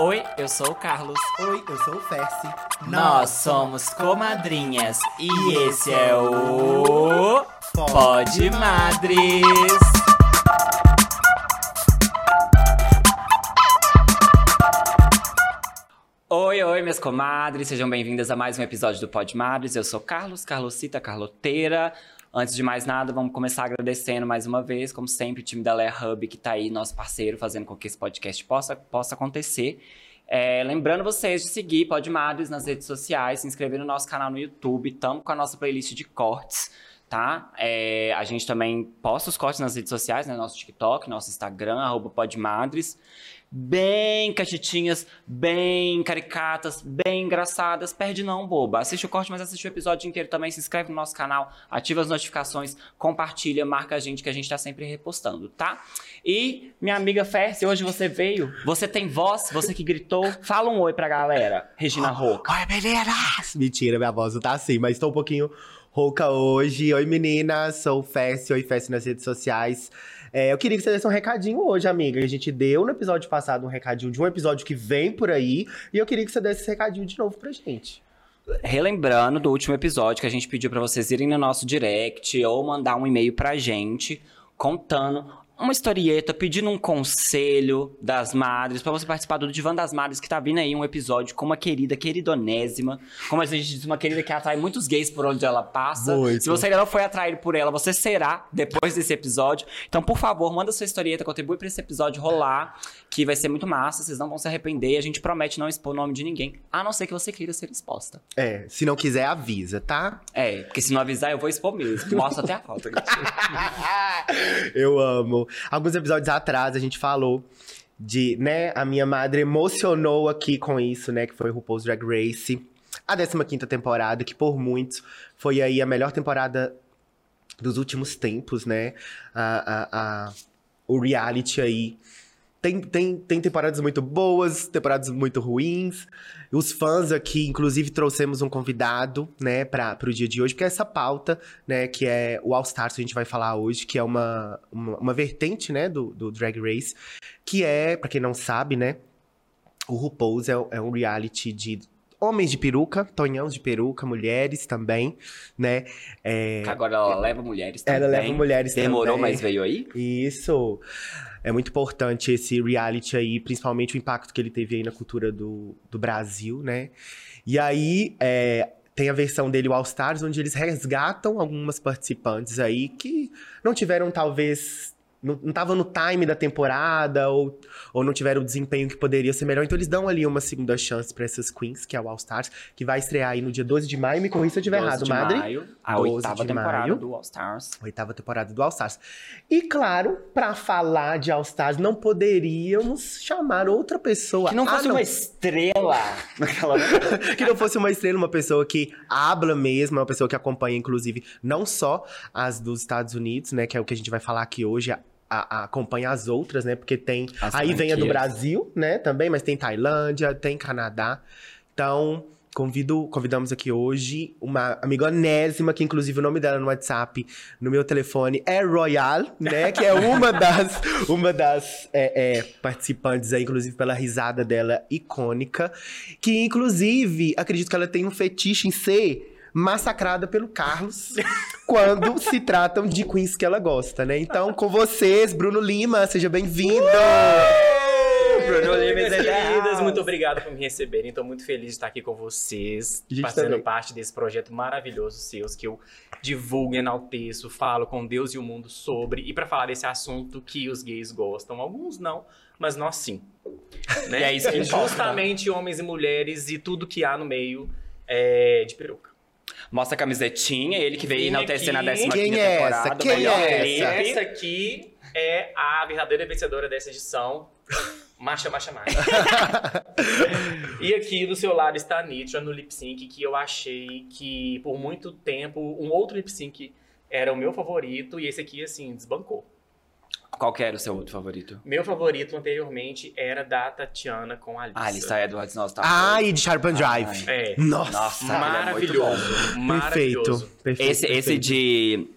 Oi, eu sou o Carlos. Oi, eu sou o Fersi. Nós somos comadrinhas e esse é o Pode Madres. Oi, oi, minhas comadres, sejam bem-vindas a mais um episódio do Pod Madres. Eu sou Carlos, Carlosita, Carloteira. Antes de mais nada, vamos começar agradecendo mais uma vez, como sempre, o time da Lair Hub que tá aí, nosso parceiro, fazendo com que esse podcast possa, possa acontecer. É, lembrando vocês de seguir Pod Madres nas redes sociais, se inscrever no nosso canal no YouTube, tamo com a nossa playlist de cortes, tá? É, a gente também posta os cortes nas redes sociais, né? Nosso TikTok, nosso Instagram, arroba podmadres. Bem cachetinhas, bem caricatas, bem engraçadas. Perde não, boba. Assiste o corte, mas assiste o episódio inteiro também. Se inscreve no nosso canal, ativa as notificações, compartilha, marca a gente que a gente tá sempre repostando, tá? E minha amiga Ferce, hoje você veio. Você tem voz, você que gritou. Fala um oi pra galera, Regina Roca. Oi, meninas! Mentira, minha voz não tá assim, mas estou um pouquinho rouca hoje. Oi, meninas! Sou o Fersi, oi, Fersi nas redes sociais. É, eu queria que você desse um recadinho hoje, amiga. A gente deu no episódio passado um recadinho de um episódio que vem por aí. E eu queria que você desse esse recadinho de novo pra gente. Relembrando do último episódio que a gente pediu pra vocês irem no nosso direct ou mandar um e-mail pra gente contando uma historieta, pedindo um conselho das madres pra você participar do Divan das Madres que tá vindo aí um episódio com uma querida queridonésima, como a gente diz, uma querida que atrai muitos gays por onde ela passa. Muito. Se você ainda não foi atraído por ela, você será depois desse episódio. Então, por favor, manda sua historieta, contribui pra esse episódio rolar, que vai ser muito massa, vocês não vão se arrepender, e a gente promete não expor o nome de ninguém, a não ser que você queira ser exposta. É, se não quiser, avisa, tá? É, porque se não avisar, eu vou expor mesmo. Mostra até a foto. né? Eu amo. Alguns episódios atrás a gente falou de, né, a minha madre emocionou aqui com isso, né, que foi RuPaul's Drag Race. A 15ª temporada, que por muitos foi aí a melhor temporada dos últimos tempos, né? A, a, a- o reality aí. Tem, tem, tem temporadas muito boas, temporadas muito ruins. Os fãs aqui, inclusive, trouxemos um convidado, né, para o dia de hoje, porque essa pauta, né, que é o All Stars que a gente vai falar hoje, que é uma, uma, uma vertente, né, do, do Drag Race, que é, pra quem não sabe, né, o RuPaul's é, um- é um reality de homens de peruca, tonhãos de peruca, mulheres também, né, é, Agora ela leva mulheres também. ela leva mulheres Demorou, também. mas veio aí? Isso. É muito importante esse reality aí, principalmente o impacto que ele teve aí na cultura do, do Brasil, né? E aí, é, tem a versão dele, o All Stars, onde eles resgatam algumas participantes aí que não tiveram, talvez. Não estavam no time da temporada, ou, ou não tiveram o desempenho que poderia ser melhor. Então, eles dão ali uma segunda chance pra essas queens, que é o All Stars, que vai estrear aí no dia 12 de maio. Me corri se eu tiver 12 errado, de Madre. Maio, a 12 oitava de temporada maio. do All Stars. Oitava temporada do All Stars. E claro, pra falar de All Stars, não poderíamos chamar outra pessoa. Que não a fosse uma estrela. Naquela... que não fosse uma estrela, uma pessoa que habla mesmo, uma pessoa que acompanha, inclusive, não só as dos Estados Unidos, né? Que é o que a gente vai falar aqui hoje. a- a- acompanha as outras, né? Porque tem. As aí vem a do franquias. Brasil, né? Também, mas tem Tailândia, tem Canadá. Então, convido, convidamos aqui hoje uma amiga onésima, que inclusive o nome dela no WhatsApp, no meu telefone, é Royal, né? Que é uma das, uma das é, é, participantes aí, inclusive pela risada dela icônica. Que, inclusive, acredito que ela tem um fetiche em ser massacrada pelo Carlos quando se tratam de queens que ela gosta, né? Então, com vocês, Bruno Lima, seja bem-vindo! Uh! Bruno Oi, Limes minhas e queridas. queridas, é muito obrigado por me receberem. Estou muito feliz de estar aqui com vocês, A gente fazendo também. parte desse projeto maravilhoso seus que eu divulgo, enalteço, falo com Deus e o mundo sobre e para falar desse assunto que os gays gostam, alguns não, mas nós sim. Né? E é isso que importa. justamente homens e mulheres e tudo que há no meio é, de peruca. Mostra a camisetinha, ele que veio Vem enaltecer na aqui. 15 Quem é essa? temporada. Quem melhor é clipe. essa? Essa aqui é a verdadeira vencedora dessa edição. Marcha, marcha, marcha. e aqui do seu lado está a Nitra no lip sync, que eu achei que por muito tempo um outro lip sync era o meu favorito e esse aqui, assim, desbancou. Qual que era o seu outro favorito? Meu favorito anteriormente era da Tatiana com a Alissa. Ah, ele está é do What's Not Star. Ai, de Sharp and Drive. É. Nossa, Nossa, Maravilhoso. perfeito. Maravilhoso. perfeito, Esse, esse perfeito. de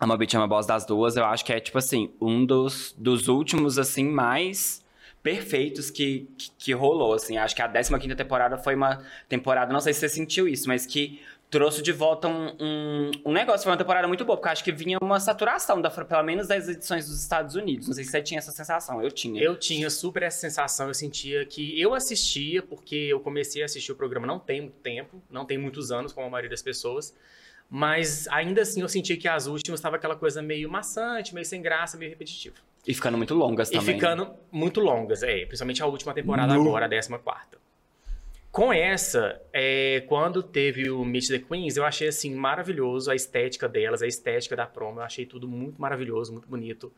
Ama Beat Ama Boss das duas, eu acho que é, tipo assim, um dos, dos últimos, assim, mais perfeitos que, que, que rolou, assim. Acho que a 15ª temporada foi uma temporada, não sei se você sentiu isso, mas que trouxe de volta um, um, um negócio. Foi uma temporada muito boa, porque eu acho que vinha uma saturação, da, pelo menos das edições dos Estados Unidos. Não sei se você tinha essa sensação, eu tinha. Eu tinha super essa sensação, eu sentia que eu assistia, porque eu comecei a assistir o programa não tem muito tempo, não tem muitos anos, como a maioria das pessoas. Mas ainda assim eu sentia que as últimas estava aquela coisa meio maçante, meio sem graça, meio repetitiva. E ficando muito longas também. E ficando muito longas, é. Principalmente a última temporada Nu. agora, a 14. Com essa, é, quando teve o Meet the Queens, eu achei assim maravilhoso a estética delas, a estética da promo, eu achei tudo muito maravilhoso, muito bonito.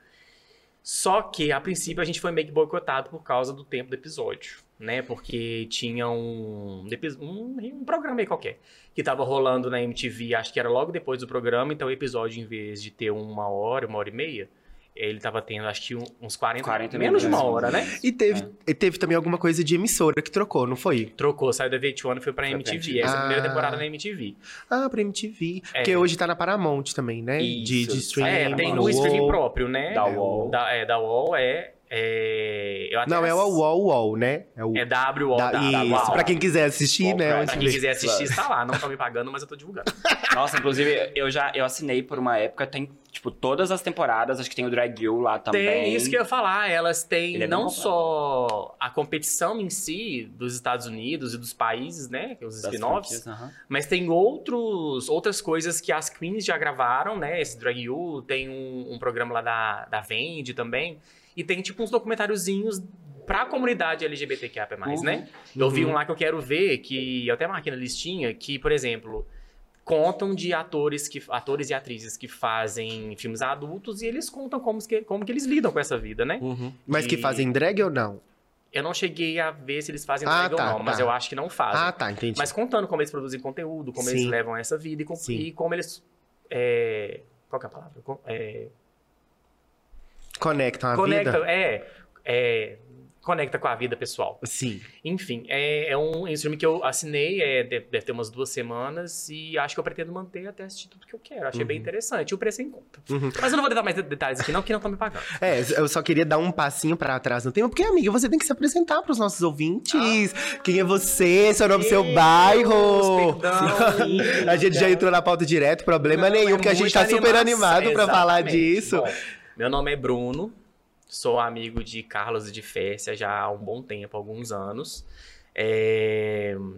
Só que a princípio a gente foi meio que boicotado por causa do tempo do episódio, né? Porque tinha um epi- um, um programa aí qualquer que tava rolando na MTV, acho que era logo depois do programa, então o episódio em vez de ter uma hora, uma hora e meia, ele tava tendo acho que um- uns 40, 40 menos de uma minutos. hora, né? E teve, e teve também alguma coisa de emissora que trocou, não foi? Trocou, saiu da VH1 e foi pra Foi pra MTV. MTV. Essa é a primeira Ah. temporada na MTV. Ah, pra MTV. É. Porque hoje tá na Paramount também, né? De, Isso. de streaming. é, tem mano, no Uou. streaming próprio, né? Da UOL. Da, é, da UOL é... é eu até Não, é o ass- UOL, UOL, né? É o É WOL. da- da, da isso, UOL. pra quem quiser assistir, Uau, né? pra- onde Pra Sim. quem vê. quiser assistir, está lá. Não estão me pagando, mas eu tô divulgando. Nossa, inclusive, eu já eu assinei por uma época, tem, tipo, todas as temporadas, acho que tem o Drag You lá também. Tem isso que eu ia falar. Elas têm Ele é não bem só a competição em si dos Estados Unidos e dos países, né? Os Das spin-offs. franquias, aham. Mas tem outros, outras coisas que as queens já gravaram, né? Esse Drag You, tem um, um programa lá da, da Vend também. E tem, tipo, uns documentáriozinhos pra comunidade LGBTQIA+, Uhum. né? Eu vi Uhum. um lá que eu quero ver, que eu até marquei na listinha, que, por exemplo, contam de atores, que, atores e atrizes que fazem filmes adultos e eles contam como que, como que eles lidam com essa vida, né? Uhum. Mas que E- fazem drag ou não? Eu não cheguei a ver se eles fazem Ah, drag tá, ou não, mas tá. eu acho que não fazem. Ah, tá, entendi. Mas contando como eles produzem conteúdo, como eles Sim. levam essa vida e, com- Sim. e como eles. é, qual que é a palavra? Co- É, Conectam a conecta, vida? é, é, Conecta com a vida pessoal. Sim. Enfim, é, é um é um filme que eu assinei, é, de- deve ter umas duas semanas, e acho que eu pretendo manter até assistir tudo que eu quero. Achei bem interessante. E o preço é em conta. Uhum. Mas eu não vou dar mais de- detalhes aqui, não, porque não estão me pagando. É, eu só queria dar um passinho pra trás no tema, porque, amiga, você tem que se apresentar pros nossos ouvintes. Ah. Quem é você? Seu nome, seu Deus, bairro? perdão, amiga. a gente já entrou na pauta direto, problema Não, nenhum, é porque a gente muito tá super animação, animado pra falar exatamente. disso. Bom, meu nome é Bruno, sou amigo de Carlos e de Fécia já há um bom tempo, alguns anos. É... O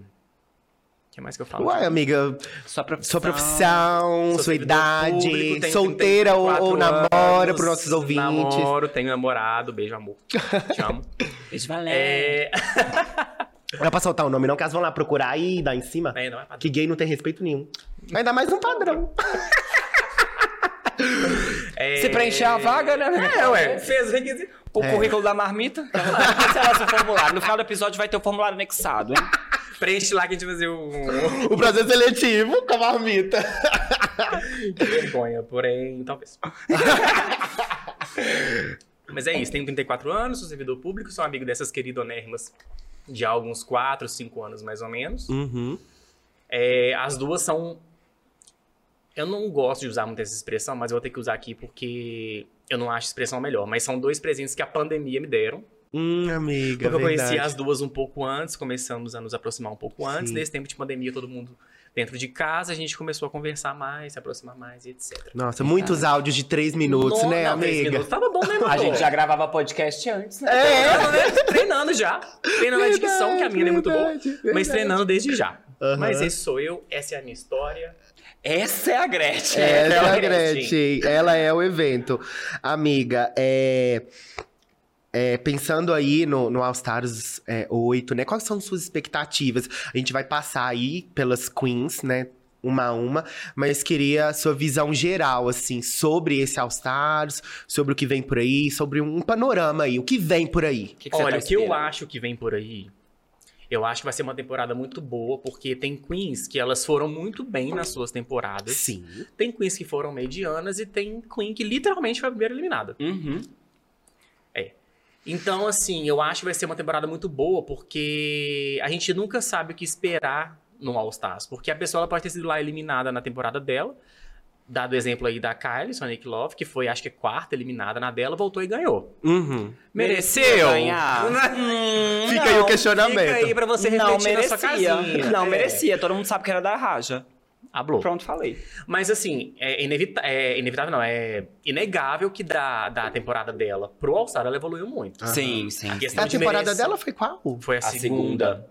que mais que eu falo? Uai, amiga, Sua profissão. sua profissão, Sou sua servidor idade, público, tenho solteira ou, ou 34 namora anos, pros nossos ouvintes. Namoro, tenho namorado, beijo, amor. Te amo. Beijo, Valéria. é... Não é pra soltar o nome, não, caso vão lá procurar aí e dar em cima. é, não é pra- Que gay não tem respeito nenhum. Ainda mais um padrão. É... Se preencher a vaga, né? É, ué. Fez o requisito. O É. currículo da marmita. Esse é o nosso formulário. No final do episódio vai ter o formulário anexado, hein? Preenche lá que a gente vai fazer um... O processo seletivo com a marmita. Que vergonha, porém, talvez. Mas é isso, tenho 34 anos, sou servidor público, sou amigo dessas queridonérrimas de há alguns 4, 5 anos mais ou menos. Uhum. É, as duas são. Eu não gosto de usar muito essa expressão, mas eu vou ter que usar aqui porque eu não acho a expressão melhor. Mas são dois presentes que a pandemia me deram. Hum, amiga. Porque eu verdade. conheci as duas um pouco antes, começamos a nos aproximar um pouco antes. Sim. Nesse tempo de pandemia, todo mundo dentro de casa, a gente começou a conversar mais, se aproximar mais e etc. Nossa, muitos áudios de três minutos, Não, né, não, três amiga? minutos. Tava bom, né, mano? A gente já gravava podcast antes, né? Treinando, né? Treinando já. Treinando a um dicção, que a minha não é muito boa. verdade, Mas verdade. treinando desde já. Aham. Mas esse sou eu, essa é a minha história. Essa é a Gretchen. Essa é a Gretchen. Gretchen. Ela é o evento. Amiga, é. é, pensando aí no, no All Stars é, 8, né? Quais são suas expectativas? A gente vai passar aí pelas queens, né? Uma a uma, mas queria a sua visão geral, assim, sobre esse All Stars, sobre o que vem por aí, sobre um panorama aí, o que vem por aí. O que que você Olha, tá o que eu esperando? acho que vem por aí, eu acho que vai ser uma temporada muito boa, porque tem queens que elas foram muito bem nas suas temporadas. Sim. Tem queens que foram medianas e tem queen que literalmente foi a primeira eliminada. Uhum. Então, assim, eu acho que vai ser uma temporada muito boa, porque a gente nunca sabe o que esperar no All Stars. Porque a pessoa ela pode ter sido lá eliminada na temporada dela, Dado o exemplo aí da Kylie, Sonic Love, que foi, acho que, quarta eliminada na dela, voltou e ganhou. Uhum. Mereceu ganhar? Hum, Fica aí o questionamento. Fica aí pra você Não refletir na sua merecia. casinha. Não É. merecia, todo mundo sabe que era da Raja. Ablou. Pronto, falei. Mas assim, é, inevita- é inevitável não, é inegável que da, da temporada dela pro All Star ela evoluiu muito. Aham. Sim, sim. A questão A de temporada merece- dela foi qual? foi a, é A segunda. segunda.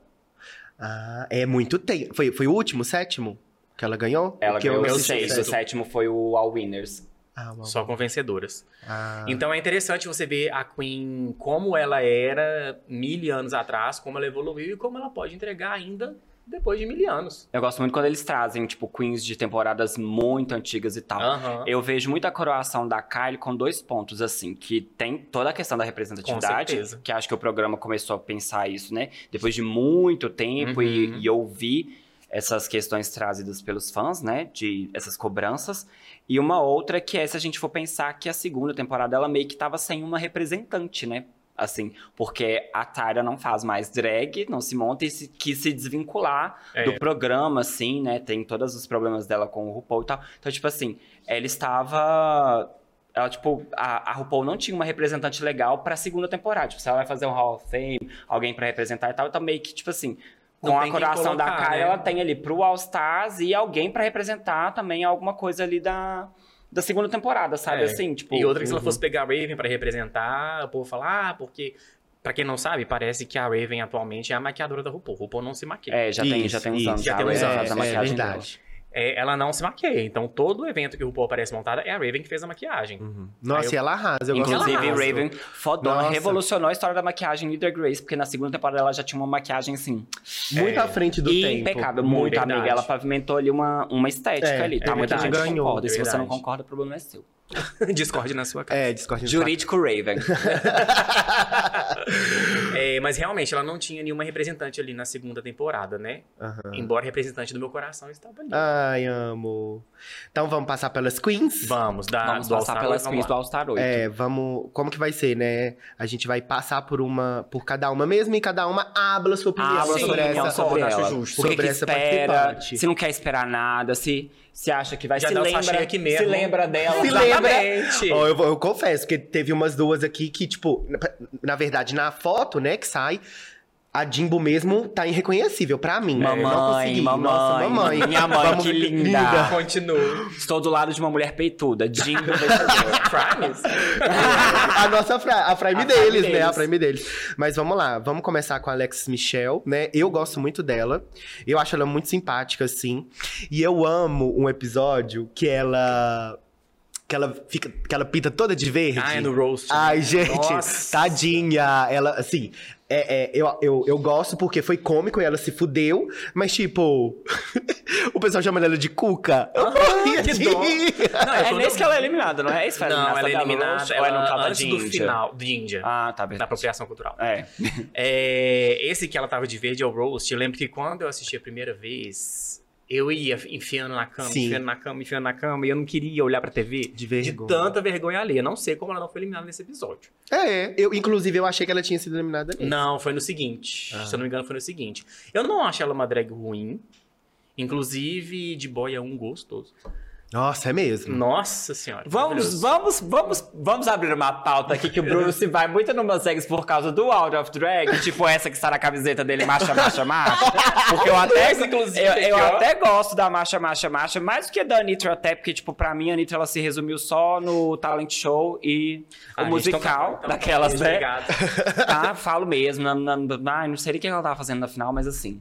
Ah, é muito tempo. Foi, foi o último, sétimo? Que ela ganhou? Ela que ganhou o assisti sexto, o sétimo. sétimo foi o All Winners. Ah, uau. Só com vencedoras. Ah. Então é interessante você ver a Queen como ela era mil anos atrás, como ela evoluiu e como ela pode entregar ainda depois de mil anos. Eu gosto muito quando eles trazem, tipo, queens de temporadas muito antigas e tal. Aham. Eu vejo muito a coroação da Kylie com dois pontos, assim, que tem toda a questão da Com representatividade, certeza. que acho que o programa começou a pensar isso, né? Depois de muito tempo Uhum. e, e ouvir essas questões trazidas pelos fãs, né? De essas cobranças. E uma outra que é, se a gente for pensar que a segunda temporada, ela meio que tava sem uma representante, né? Assim, porque a Tyra não faz mais drag, não se monta e se, quis se desvincular É. do programa, assim, né? Tem todos os problemas dela com o RuPaul e tal. Então, tipo assim, ela estava. Ela, tipo, a, a RuPaul não tinha uma representante legal pra segunda temporada. Tipo, se ela vai fazer um Hall of Fame, alguém pra representar e tal, então meio que, tipo assim. Não Com tem a quem coração da colocar, cara, né? ela tem ali pro All Stars e alguém pra representar também alguma coisa ali da, da segunda temporada, sabe? É. Assim, tipo. E outra que se ela Uhum. fosse pegar a Raven pra representar, o povo fala, ah, porque. Pra quem não sabe, parece que a Raven atualmente é a maquiadora da RuPaul. RuPaul não se maquia. É, já tem, já Isso, tem uns isso. anos. Já a tem uns Raven anos, faz a é maquiagem dela. verdade. É, ela não se maqueia. Então, todo evento que o RuPaul aparece montada é a Raven que fez a maquiagem. Uhum. Aí Nossa, eu- e ela arrasa. Eu gosto Inclusive, dela. arrasa. Raven, fodona, Nossa. revolucionou a história da maquiagem em The Grace, porque na segunda temporada ela já tinha uma maquiagem, assim, Muito É. à frente do tempo. impecável, muito Verdade. amiga. Ela pavimentou ali uma, uma estética É, ali, é tá? Muita verdade. gente Ganhou. concorda, e se você não Verdade. concorda, o problema é seu. Discorde na sua cara. É, discorde. Jurídico Raven. É, mas realmente, ela não tinha nenhuma representante ali na segunda temporada, né? Aham. Embora representante do meu coração estava ali. Ai, amo. Então vamos passar pelas queens? Vamos, da, Vamos Ah, passar do All-Star, pelas vamos queens do lá. All Star 8. É, vamos. Como que vai ser, né? A gente vai passar por uma, por cada uma mesmo e cada uma habla sua opinião Habla sim, sua sobre opinião essa. Ah, sobre eu acho ela. justo. O que, Sobre que essa espera, participante. se não quer esperar nada, se, se acha que vai... Já se dá o lembra, sachê aqui mesmo. se lembra dela. Se lembra. Exatamente. Ó, eu, vou- eu confesso que teve umas duas aqui que, tipo, na, na verdade, na foto, né, que sai, a Jimbo mesmo tá irreconhecível pra mim. Eu não Mamãe, consegui. mamãe, Nossa, mamãe. minha mãe, Vamos que ver- linda. Continua. Estou do lado de uma mulher peituda, Jingo vencedor. Crimes? a nossa fra a frame A frame deles, né? deles. A frame deles. Mas vamos lá, vamos começar com a Alexis Michel, né? Eu gosto muito dela. Eu acho ela muito simpática, assim. E eu amo um episódio que ela. Que ela fica. Que ela pinta toda de verde. Ah, é no roast. Ai, gente, Nossa. tadinha. Ela, assim, é, é, eu, eu, eu gosto porque foi cômico e ela se fudeu, mas tipo, o pessoal chama ela de Cuca. Eu morria que de dó. rir. Não, eu é tô- nesse que ela é eliminada, não é? Isso, Não, ela é eliminada. Ou é no ela- tal da antes do Ginger? final, de Índia. Ah, tá, Da beleza. apropriação cultural. É. É, esse que ela tava de verde é o Roast. Eu lembro que quando eu assisti a primeira vez, eu ia enfiando na cama, Sim. enfiando na cama, enfiando na cama, e eu não queria olhar pra TV. De De vergonha. tanta vergonha alheia. Não sei como ela não foi eliminada nesse episódio. É, eu, inclusive eu achei que ela tinha sido eliminada ali. Não, foi no seguinte. Ah. Se eu não me engano, foi no seguinte. Eu não acho ela uma drag ruim. Inclusive, de boy é um gostoso. Nossa, é mesmo. Nossa senhora. Vamos, maravilhoso. vamos, vamos, vamos abrir uma pauta aqui que o Bruno se vai muito numas eggs por causa do Out of Drag, tipo essa que está na camiseta dele, marcha, marcha, marcha. Porque eu até, Essa, inclusive, eu, eu aqui, ó. até gosto da marcha, marcha, marcha, mais do que da Nitra até, porque, tipo, pra mim a Nitra ela se resumiu só no talent show e o Ah, gente, musical então tá bom, então, daquelas, né? obrigado. Tá, falo mesmo. Não, não, não, ai, não sei nem o que ela tava fazendo na final, mas assim.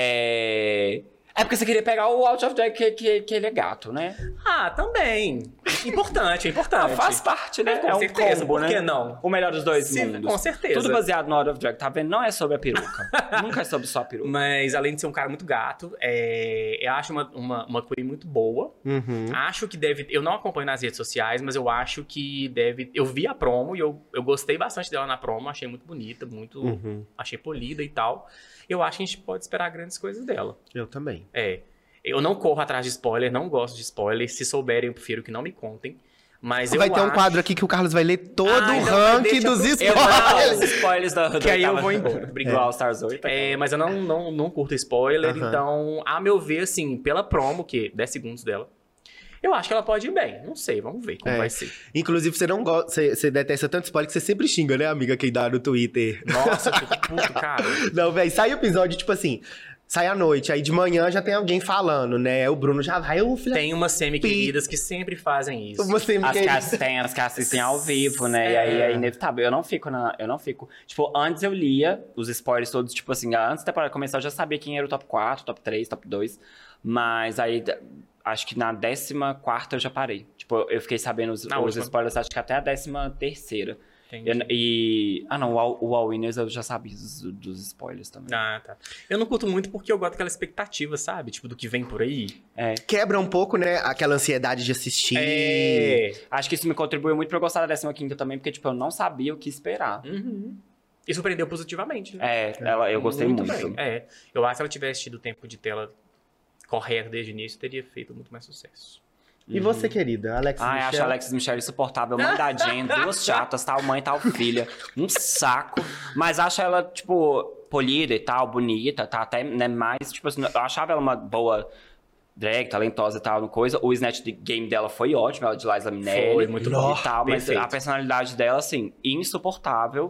É. É porque você queria pegar o Out of Drag, que, que, que ele é gato, né? Ah, também. Importante, é importante. Faz parte, né? Com é um certeza, combo, por né? que não? O melhor dos dois Sim, mundos. com certeza. Tudo baseado no Out of Drag, tá vendo? Não é sobre a peruca. Nunca é sobre só a peruca. Mas além de ser um cara muito gato, é, eu acho uma, uma, uma queen muito boa. Uhum. Acho que deve. Eu não acompanho nas redes sociais, mas eu acho que deve. Eu vi a promo e eu, eu gostei bastante dela na promo, achei muito bonita, muito. Uhum. Achei polida e tal. Eu acho que a gente pode esperar grandes coisas dela. Eu também. É. Eu não corro atrás de spoiler, não gosto de spoiler. Se souberem, eu prefiro que não me contem. Mas eu vai ter um acho- quadro aqui que o Carlos vai ler todo Ah, o então ranking deixa dos pro- Eu vou dar os spoilers. spoilers da da Que aí eu oitava- vou embora. Do All Stars 8. É, mas eu não, não, não curto spoiler, Aham. então, a meu ver, assim, pela promo, que 10 é segundos dela, Eu acho que ela pode ir bem. Não sei, vamos ver como É. vai ser. Inclusive, você não gosta. Você, você detesta tanto spoiler que você sempre xinga, né, amiga, quem dá no Twitter. Nossa, eu fico puto, cara. Não, velho, sai o episódio, tipo assim, sai à noite, aí de manhã já tem alguém falando, né? O Bruno já vai, ô filho. Tem umas semi-queridas que sempre fazem isso. Você me As que quer. as- tem as que assistem ao vivo, né? E aí é inevitável. Eu não fico na. Eu não fico. Tipo, antes eu lia os spoilers todos, tipo assim, antes da temporada começar, eu já sabia quem era o top 4, top 3, top 2. Mas aí d- acho que na 14 eu já parei. Tipo, eu fiquei sabendo os, Na os última. spoilers, acho que até a 13. Entendi. Eu n- e. Ah, não, o All, o All Winners eu já sabia dos, dos spoilers também. Ah, tá. Eu não curto muito porque eu gosto daquela expectativa, sabe? Tipo, do que vem por aí. É. Quebra um pouco, né? Aquela ansiedade de assistir. É. Acho que isso me contribuiu muito pra eu gostar da 15 também, porque, tipo, eu não sabia o que esperar. Uhum. E surpreendeu positivamente, né? É, ela, eu gostei muito. bem. É. Eu acho que se ela tivesse tido o tempo de tela correto desde o início, teria feito muito mais sucesso. E você, querida? Alex Ai, acho Michel? a Alexis Michelle insuportável, mandadinha, duas chatas, tal mãe, tal filha, um saco. Mas acho ela, tipo, polida e tal, bonita, tá até né, mais, tipo assim, eu achava ela uma boa drag, talentosa e tal, no coisa. O snatch de game dela foi ótimo, ela de Liza Minelli. Foi, muito e bom. tal, mas Perfeito. a personalidade dela, assim, insuportável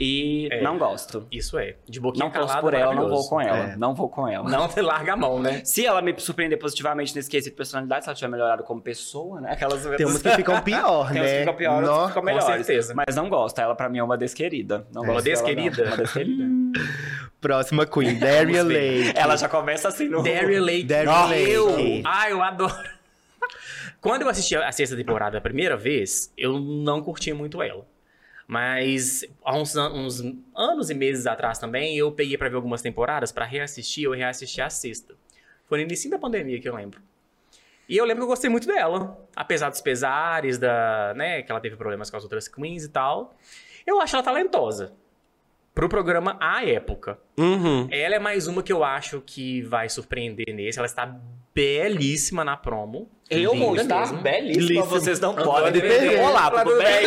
e É. não gosto. Isso é. De boquinha Não calada, torço por ela, não maravilhoso. vou com ela, É. não vou com ela. Não, você larga a mão, né? Se ela me surpreender positivamente nesse quesito de personalidade, se ela tiver melhorado como pessoa, né? Aquelas Tem umas que ficam pior, Tem né? uns que ficam pior, outros Nó. que ficam com melhores. certeza. Mas não gosto. Ela, pra mim, é uma desquerida. Não É. gosto Uma dela, não. desquerida? Uma desquerida. Próxima Queen, Darian Vamos ver. Lake. ela já começa assim no... Derry Lake. Derry Nossa, Lake. Eu, ah, eu adoro. Quando eu assisti a sexta temporada a primeira vez, eu não curti muito ela. Mas há uns, an- uns anos e meses atrás também, eu peguei pra ver algumas temporadas pra reassistir, eu reassisti a sexta. Foi no início da pandemia que eu lembro. E eu lembro que eu gostei muito dela. Apesar dos pesares, da, né, que ela teve problemas com as outras queens e tal. Eu acho ela talentosa. Pro programa à época. Uhum. Ela é mais uma que eu acho que vai surpreender nesse. Ela está belíssima na promo. Eu vou Linda estar mesmo. belíssima, vocês não Não podem pode perder. perder. né? Olá, tudo bem?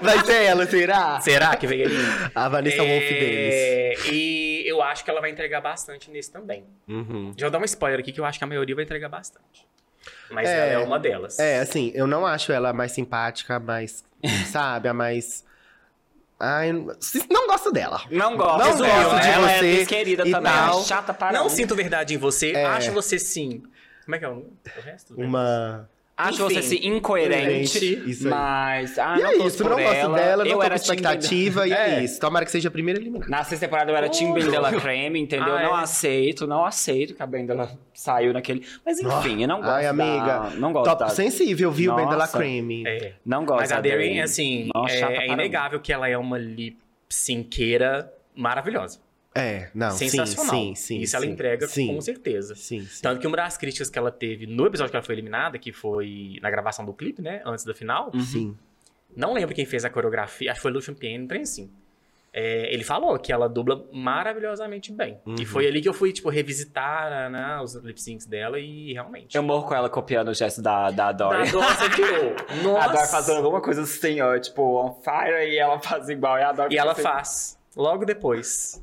Vai ser ela, Ah. será? Será que vem ali? A Vanessa é Wolf É. deles. E eu acho que ela vai entregar bastante nesse também. Uhum. Já vou dar um spoiler aqui que eu acho que a maioria vai entregar bastante. Mas É. ela é uma delas. É, assim, eu não acho ela a mais simpática, a mais. sabe, a mais. Ai, eu não- não gosto dela. Não gosto. Não dela, gosto de Ela é você desquerida e também. Ela tal. é chata para Não um. sinto verdade em você, É. acho você sim. Como é que é o, o resto? né? Uma. Acho Enfim, você assim, incoerente, incoerente, isso aí. mas... Ah, e não é torço isso, por não gosto ela. dela, eu não tô com era time expectativa, e é. É. isso. Tomara que seja a primeira eliminada. Na sexta temporada eu era Tim Bendela Creme, entendeu? Ah, Não é. aceito, não aceito que a Bendela saiu naquele. Mas enfim, eu não gosto. Ah. Ai, da- amiga. Não gosto. Top da- sensível, viu, Ben Della Nossa. Cream. É. Não gosto. Mas a da Darien, Darien. assim, Nossa, chata é, pra é caramba. inegável que ela é uma lipsinqueira maravilhosa. É, não, sim, sensacional. sim, sim. Isso ela sim, entrega sim, com certeza. Sim, sim. Então, Tanto que uma das críticas que ela teve no episódio que ela foi eliminada, que foi na gravação do clipe, né? Antes da final. uhum. Sim. Não lembro quem fez a coreografia, acho que foi Lucian Piene, um trem assim. É, ele falou que ela dubla maravilhosamente bem. E Uhum. foi ali que eu fui, tipo, revisitar né, os lip syncs dela e realmente. É Eu morro com ela copiando o gesto da, da Da Dory. Dora, você tirou. A Nossa! Dory fazendo um alguma coisa assim, ó, tipo, on fire, e ela faz igual. E, a Dory E ela fica faz. Logo depois.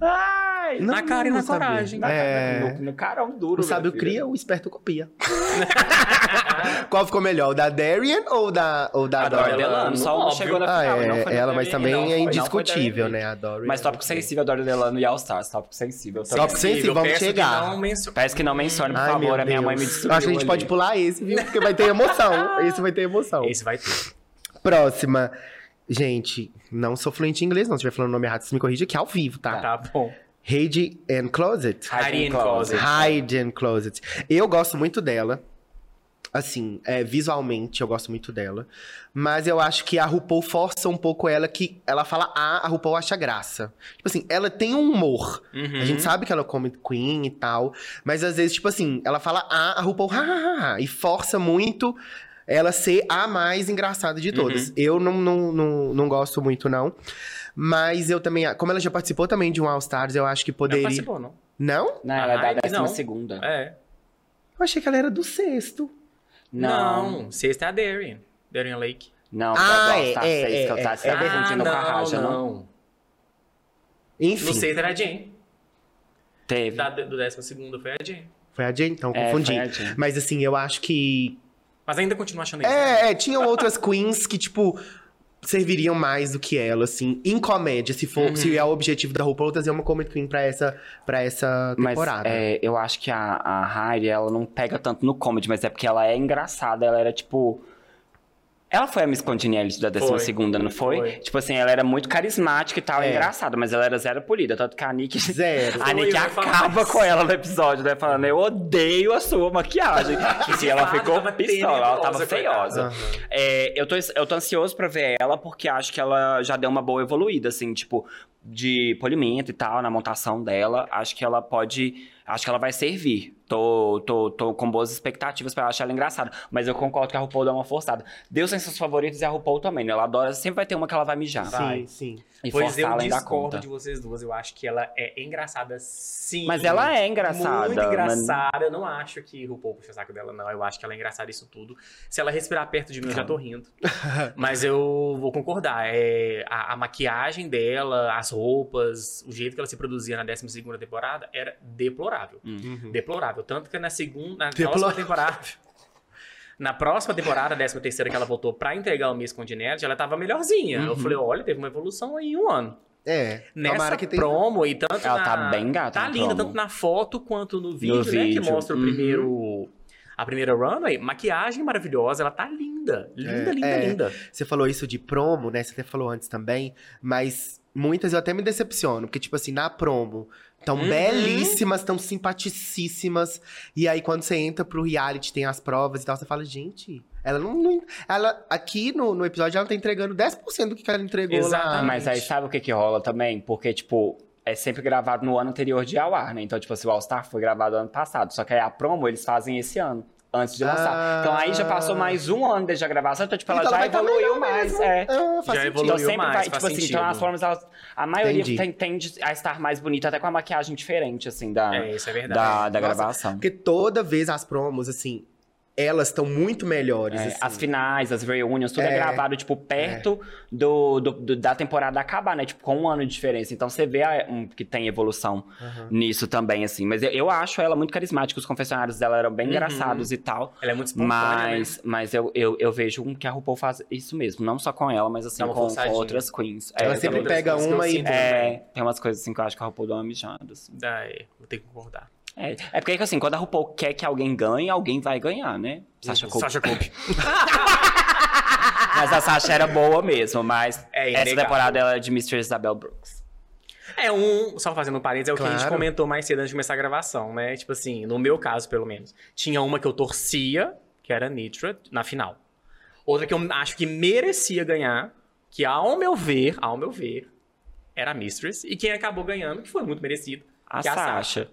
Ai, Não, na cara e não na sabia. coragem. na- É. no, no carão duro. O sábio minha cria, filha. o esperto copia. Qual ficou melhor, o da Darian ou da, ou da A Dory Dory Della? Delano, só uma óbvio. chegou na Ah, final. é, não foi na ela, mas Darien, também não é foi- não foi indiscutível, Darien. né? A Dory. Mas tópico sensível, a Dory Delano e All Stars. Tópico sensível. também. Tópico sensível, vamos peço que chegar. não mencio- Parece que não mencione, por Ai, favor. meu A minha mãe me Deus. destruiu. Eu Acho que a gente ali. pode pular esse, viu? Porque vai ter emoção. esse vai ter emoção. Esse vai ter. Próxima. Gente, não sou fluente em inglês, não. Se estiver falando o nome errado, você me corrige aqui ao vivo, tá? Tá bom. Hide and Closet. Hiding Hiding Closet. Closet. Hide and Closet. Eu gosto muito dela. Assim, é, visualmente eu gosto muito dela. Mas eu acho que a RuPaul força um pouco ela, que ela fala A, a RuPaul acha graça. Tipo assim, ela tem um humor. A gente sabe que ela é comic queen e tal, mas às vezes, tipo assim, ela fala ah, a RuPaul, ha, ha, ha, ha, e força muito ela ser a mais engraçada de todas. Eu não, não, não, não gosto muito, não. Mas eu também, como ela já participou também de um All Stars, eu acho que Não poderia. participou, não. Não? Não, ela é da Ai, que décima não. segunda. É. Eu achei que ela era do sexto. Não. Não. Sexta é a Darien. Darien Lake. Não, Ah, da All é, Stars é, 6, que é, eu tá é, se confundindo com a Raja, não? Enfim. Ah, No sexta era a Jen. Teve. Da, do décima segunda foi a Jen. Foi a Jane? Então, É, confundi. foi a Jane. Mas assim, eu acho que. Mas ainda continuo achando isso. É, é, tinham outras queens que, tipo, serviriam mais do que ela, assim, em comédia. Se, for, Uhum. se é o objetivo da RuPaul, trazer uma comedy queen pra essa, pra essa Mas temporada. é, eu acho que a, a Heidi, ela não pega tanto no comedy, mas é porque ela é engraçada. Ela era tipo. Ela foi a Miss Congeniality da 12 Foi. segunda, não foi? Foi. Tipo assim, ela era muito carismática e tal, É. engraçada, mas ela era zero polida. Tanto que a Nick. Zero. A Nick Eu ia falar acaba isso. com ela no episódio, né? Falando, eu odeio a sua maquiagem. Tipo assim, ela Ela ficou tava pistola, ela tava tenebrosa, feiosa. coitada. É, eu, tô, eu tô ansioso pra ver ela, porque acho que ela já deu uma boa evoluída, assim, tipo, de polimento e tal, na montação dela. Acho que ela pode. Acho que ela vai servir. Tô, tô, tô com boas expectativas pra achar ela engraçada. Mas eu concordo que a RuPaul dá uma forçada. Deus tem seus favoritos e a RuPaul também, né? Ela adora, sempre vai ter uma que ela vai mijar. Sim, Vai. sim. E Pois forçar eu além da conta. discordo de vocês duas. Eu acho que ela é engraçada sim. Mas ela é engraçada. Muito mas- engraçada. Eu não acho que RuPaul puxa o saco dela, não. Eu acho que ela é engraçada isso tudo. Se ela respirar perto de mim, eu já tô rindo. Mas eu vou concordar. É, a, a maquiagem dela, as roupas, o jeito que ela se produzia na 12 segunda temporada era deplorável. Uhum. Deplorável. Tanto que na segunda, na Deplorável. próxima temporada... Na próxima temporada, a 13 terceira que ela voltou pra entregar o Miss Continente, ela tava melhorzinha. Eu falei, olha, teve uma evolução aí em um ano. É. Nessa Uhum. tomara que tenha. promo e tanto Ela na- tá bem gata Tá na linda, promo. tanto na foto quanto no vídeo, né? vídeo, Que mostra uhum. o primeiro... A primeira runway, maquiagem maravilhosa, ela tá linda. Linda, É, linda, é. linda. Você falou isso de promo, né? Você até falou antes também, mas muitas eu até me decepciono, porque, tipo assim, na promo, tão Uhum. belíssimas, tão simpaticíssimas. E aí, quando você entra pro reality, tem as provas e tal, você fala, gente, ela não. não- ela, aqui no, no episódio, ela tá entregando 10% do que ela entregou lá. Exatamente. Mas aí sabe o que que rola também? Porque, tipo, é sempre gravado no ano anterior de ao ar, né? Então, tipo assim, o All Star foi gravado ano passado. Só que aí a promo eles fazem esse ano, antes de lançar. Ah. Então aí já passou mais um ano desde a gravação, então, tipo, ela Então já vai tá evoluiu melhor mais. mesmo. É. Ah, faz Já sentido. Então evoluiu. sempre mais, vai, faz tipo assim, sentido. então as formas, elas, a maioria Entendi. tem- tende a estar mais bonita, até com a maquiagem diferente, assim, da, É, isso é verdade. da, da Nossa, gravação. Porque toda vez as promos, assim, elas estão muito melhores. É, assim. As finais, as reunions, tudo é, É. gravado, tipo, perto do, do- do- da temporada acabar, né? Tipo, com um ano de diferença. Então você vê a- um, que tem evolução Aham. nisso também, assim. Mas eu, eu acho ela muito carismática, os confessionários dela eram bem Uhum. engraçados e tal. Ela é muito espontânea, né? Mas, mas eu, eu, eu vejo um que a RuPaul faz isso mesmo, não só com ela, mas assim, Dá uma com, com forçadinha. outras queens. Ela É, sempre também. pega Outras coisas uma que eu e- sinto É, também. tem umas coisas assim que eu acho que a RuPaul dá uma mijada, assim. Daí, vou ter que concordar. É, é porque assim, quando a RuPaul quer que alguém ganhe, alguém vai ganhar, né? Sasha Cole. Uhum. Sasha Cope. É, Mas a Sasha era boa mesmo, mas essa É, inegável. temporada ela é de Mr. Isabel Brooks. É um. Só fazendo um parênteses, é o que a gente Claro. comentou mais cedo antes de começar a gravação, né? Tipo assim, no meu caso, pelo menos. Tinha uma que eu torcia, que era a Nitra, na final. Outra que eu acho que merecia ganhar, que ao meu ver, ao meu ver, era a Mistress. E quem acabou ganhando, que foi muito merecido, A que é a Sasha. Sasha.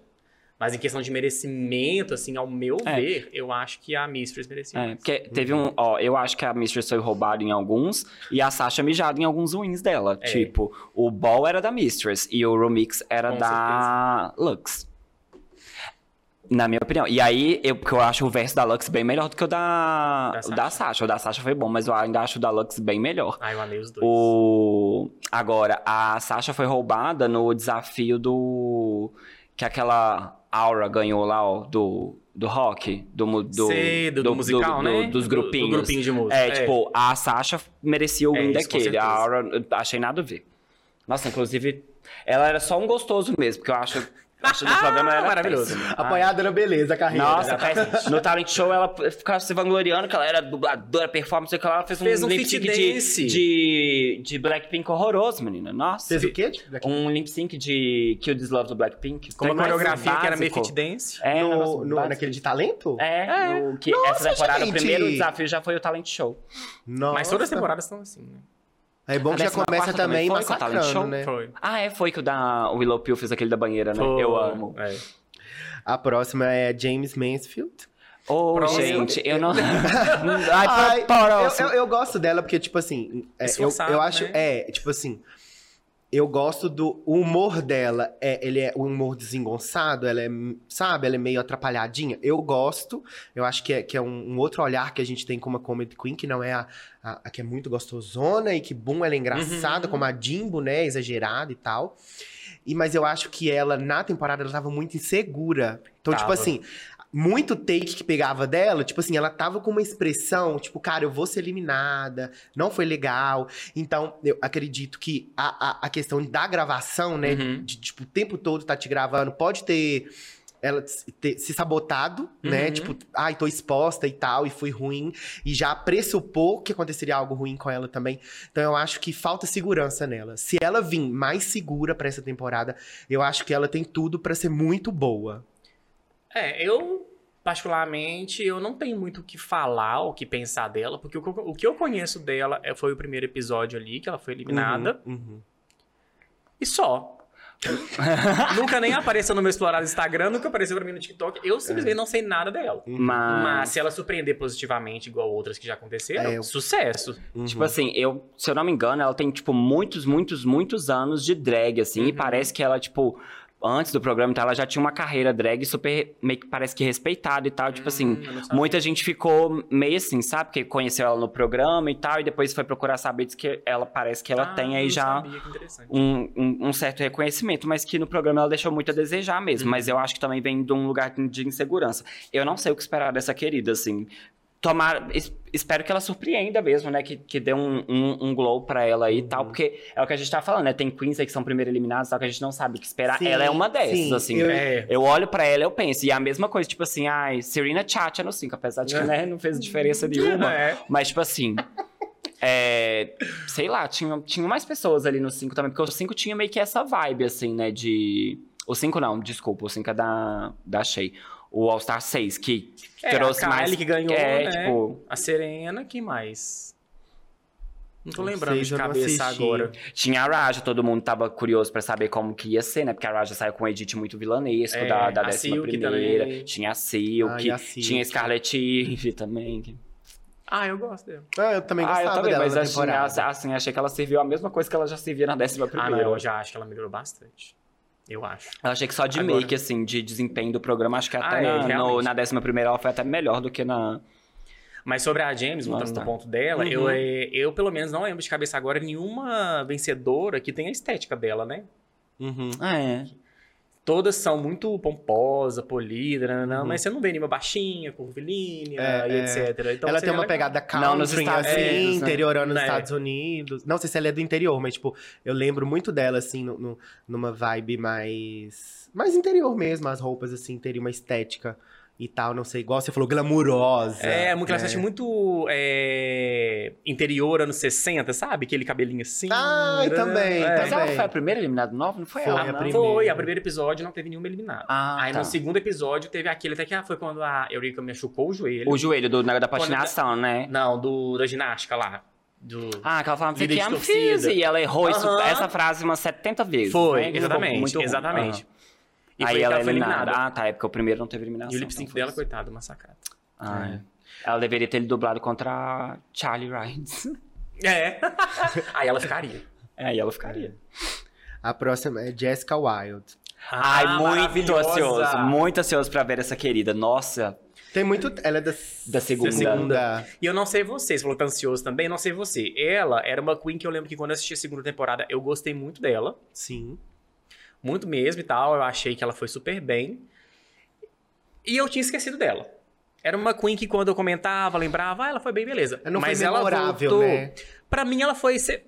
Mas em questão de merecimento, assim, ao meu É. ver, eu acho que a Mistress merecia. É, porque teve um. Ó, eu acho que a Mistress foi roubada em alguns e a Sasha mijada em alguns wins dela. É. Tipo, o Ball era da Mistress e o Romix era Com da Lux. Na minha opinião. E aí, eu, porque eu acho o verso da Lux bem melhor do que o da, Da o da Sasha. O da Sasha foi bom, mas eu ainda acho o da Lux bem melhor. Ah, eu amei os dois. O... Agora, a Sasha foi roubada no desafio do. Que aquela Aura ganhou lá, ó, do, do rock, do, mu- do, Sei, do, do musical, do- né? dos Do- do grupinhos. grupinho de música. É, tipo, a Sasha merecia o É, win isso, com daquele. A certeza. Aura, eu achei nada a ver. Nossa, inclusive, ela era só um gostoso mesmo, porque eu acho. eu acho que o programa era Maravilhoso. péssimo. Ah, Apanhada na beleza, a carreira. nossa, péssimo. no talent show ela ficava se vangloriando que ela era dubladora, performance, que ela fez um, Fez um lip fit sync de, dance. de, de Blackpink horroroso, menina. Nossa. Fez o quê? Um lip sync de Kill This Love do Blackpink. Com uma Tem mais um coreografia que era meio básico. fit dance. É, um no, negócio no, básico. naquele de talento? É, É. no que Nossa, essa temporada, o gente! primeiro desafio já foi o talent show. Nossa. Mas todas as temporadas são assim, né? É bom A que já décima começa quarta também também foi com talent show? massacrando, né? Foi. Ah, é, foi que o da Willow Pill fez aquele da banheira, né? Foi. Eu amo. É. A próxima é James Mansfield. Ô, Próximo. gente, eu não... Ai, Ai, pro- eu, próximo. eu, eu gosto dela porque, tipo assim, é, eu, Esforçada, eu acho. né? É, tipo assim. Eu gosto do humor dela. É, ele é um humor desengonçado, ela é, sabe? Ela é meio atrapalhadinha. Eu gosto. Eu acho que é, que é um, um outro olhar que a gente tem com uma comedy queen, que não é a, a- a que é muito gostosona e que, bum, ela é engraçada, como a Jimbo, né? Exagerada e tal. E, mas eu acho que ela, na temporada, ela tava muito insegura. Então, tipo Tava. assim, muito take que pegava dela, tipo assim, ela tava com uma expressão, tipo, cara, eu vou ser eliminada, não foi legal. Então, eu acredito que a, a, a questão da gravação, né? Uhum. de, tipo, o tempo todo tá te gravando, pode ter ela se- ter se sabotado, né? Uhum. Tipo, ai, tô exposta e tal, e fui ruim, e já pressupor que aconteceria algo ruim com ela também. Então eu acho que falta segurança nela. Se ela vir mais segura pra essa temporada, eu acho que ela tem tudo pra ser muito boa. É, eu, particularmente, eu não tenho muito o que falar ou o que pensar dela, porque o que eu, o que eu conheço dela é- foi o primeiro episódio ali, que ela foi eliminada, Uhum, e só. nunca nem apareceu no meu explorado Instagram, nunca apareceu pra mim no TikTok. Eu simplesmente não sei nada dela. uhum, Mas, Mas se ela surpreender positivamente, igual outras que já aconteceram, É, eu- sucesso. uhum. tipo assim, eu, se eu não me engano, ela tem, tipo, muitos, muitos, muitos anos de drag, assim. E Uhum. parece que ela, tipo, antes do programa, e tal, ela já tinha uma carreira drag super, meio que parece que respeitada e tal. Tipo assim, Hum, eu não sabia. Muita gente ficou meio assim, sabe? Porque conheceu ela no programa e tal, e depois foi procurar saber diz que ela parece que ela Ah, tem eu aí não já sabia, que interessante. um, um- um certo reconhecimento, mas que no programa ela deixou muito a desejar mesmo. Uhum. Mas eu acho que também vem de um lugar de insegurança. Eu não sei o que esperar dessa querida, assim. Tomar, es- espero que ela surpreenda mesmo, né? Que, que dê um, um, um glow pra ela aí e Uhum. tal, porque é o que a gente tá falando, né? Tem queens aí que são primeiro eliminadas, e tal, que a gente não sabe o que esperar. Sim, ela é uma dessas, sim, assim. eu- É, Eu olho pra ela e eu penso. E é a mesma coisa, tipo assim, ai, Serena Chacha no 5, apesar É. de que, né, não fez diferença nenhuma. é. Mas, tipo assim. é, sei lá, tinha, tinha mais pessoas ali no 5 também, porque o 5 tinha meio que essa vibe, assim, né? De. O 5 não, desculpa, o 5 é da, da Shea. O All Star 6, que É, trouxe a Kylie mais. que ganhou, é, né? tipo, A Serena, quem mais? Não tô Não lembrando sei, de eu não cabeça assisti. agora. tinha a Raja, todo mundo tava curioso pra saber como que ia ser, né? Porque a Raja saiu com um edit muito vilanesco É, da, da a décima Silk primeira. também. Tinha a Silk, Uhum. Ai, Ah, a Silk. tinha a Scarlett Irv também. que- Ah, eu gosto dela. Ah, eu também Ah, gostava eu também, dela mas na assim, temporada. assim, assim, achei que ela serviu a mesma coisa que ela já servia na décima Ah, primeira. não, eu já acho que ela melhorou bastante. Eu acho. Eu achei que só de Agora. make, assim, de desempenho do programa, acho que Ah, até é, na, no- realmente. na décima primeira ela foi até melhor do que na... Mas sobre a James, voltando Nossa, tá. no ponto dela, Uhum. eu, eh, eu pelo menos não lembro de cabeça agora nenhuma vencedora que tenha a estética dela, né? Uhum. É. Todas são muito pomposa, polida, nananã, Uhum. mas você não vê nenhuma baixinha, curvilínea É, e é. etc. Então, ela você tem uma é legal. pegada Não, nos country, Estados assim, Unidos, né? interiorando nos É. Estados Unidos. Não sei se ela é do interior, mas, tipo, eu lembro muito dela, assim, no- no- numa vibe mais... Mais interior mesmo, as roupas, assim, teriam uma estética e tal, não sei. Igual você falou, glamurosa. É, muito classe muito eh, interior, anos 60, sabe? Aquele cabelinho assim. Ai, né? também, É. Mas ela Também. foi a primeira eliminada nova? Não foi, Ah, Foi ela, a não? primeira. Foi, a primeiro episódio não teve nenhuma eliminada. Ah, Aí tá. no segundo episódio teve aquele até que ah, foi quando a Eurica me machucou o joelho. O joelho do, da, da patinação, né? Não, do, da ginástica lá. Do... Ah, que ela falava Líder que de I'm torcida. fizzy", e ela errou isso- Aham. essa frase umas 70 vezes. Foi, né? Ficou exatamente, muito ruim. exatamente. Aham. E foi Aí que ela ela é foi eliminada. eliminada. Ah, tá, é porque o primeiro não teve eliminação. E o lip então sync foi dela, isso. coitado, massacrado. Ai. Ela deveria ter dublado contra a Charlie Rhines. É. Aí ela ficaria. É, e ela ficaria. A próxima é Jessica Wilde. Ai, Ah, muito maravilhosa. ansioso. Muito ansioso pra ver essa querida. Nossa. Tem muito... Ela é da... Da segunda. E eu não sei você, você falou que tá ansioso também, não sei você. Ela era uma queen que eu lembro que quando eu assisti a segunda temporada, eu gostei muito dela. Sim. Muito mesmo e tal. Eu achei que ela foi super bem. E eu tinha esquecido dela. Era uma queen que quando eu comentava, lembrava, ah, ela foi bem, beleza. Ela não Mas foi ela memorável, voltou. né? Pra mim, ela foi ser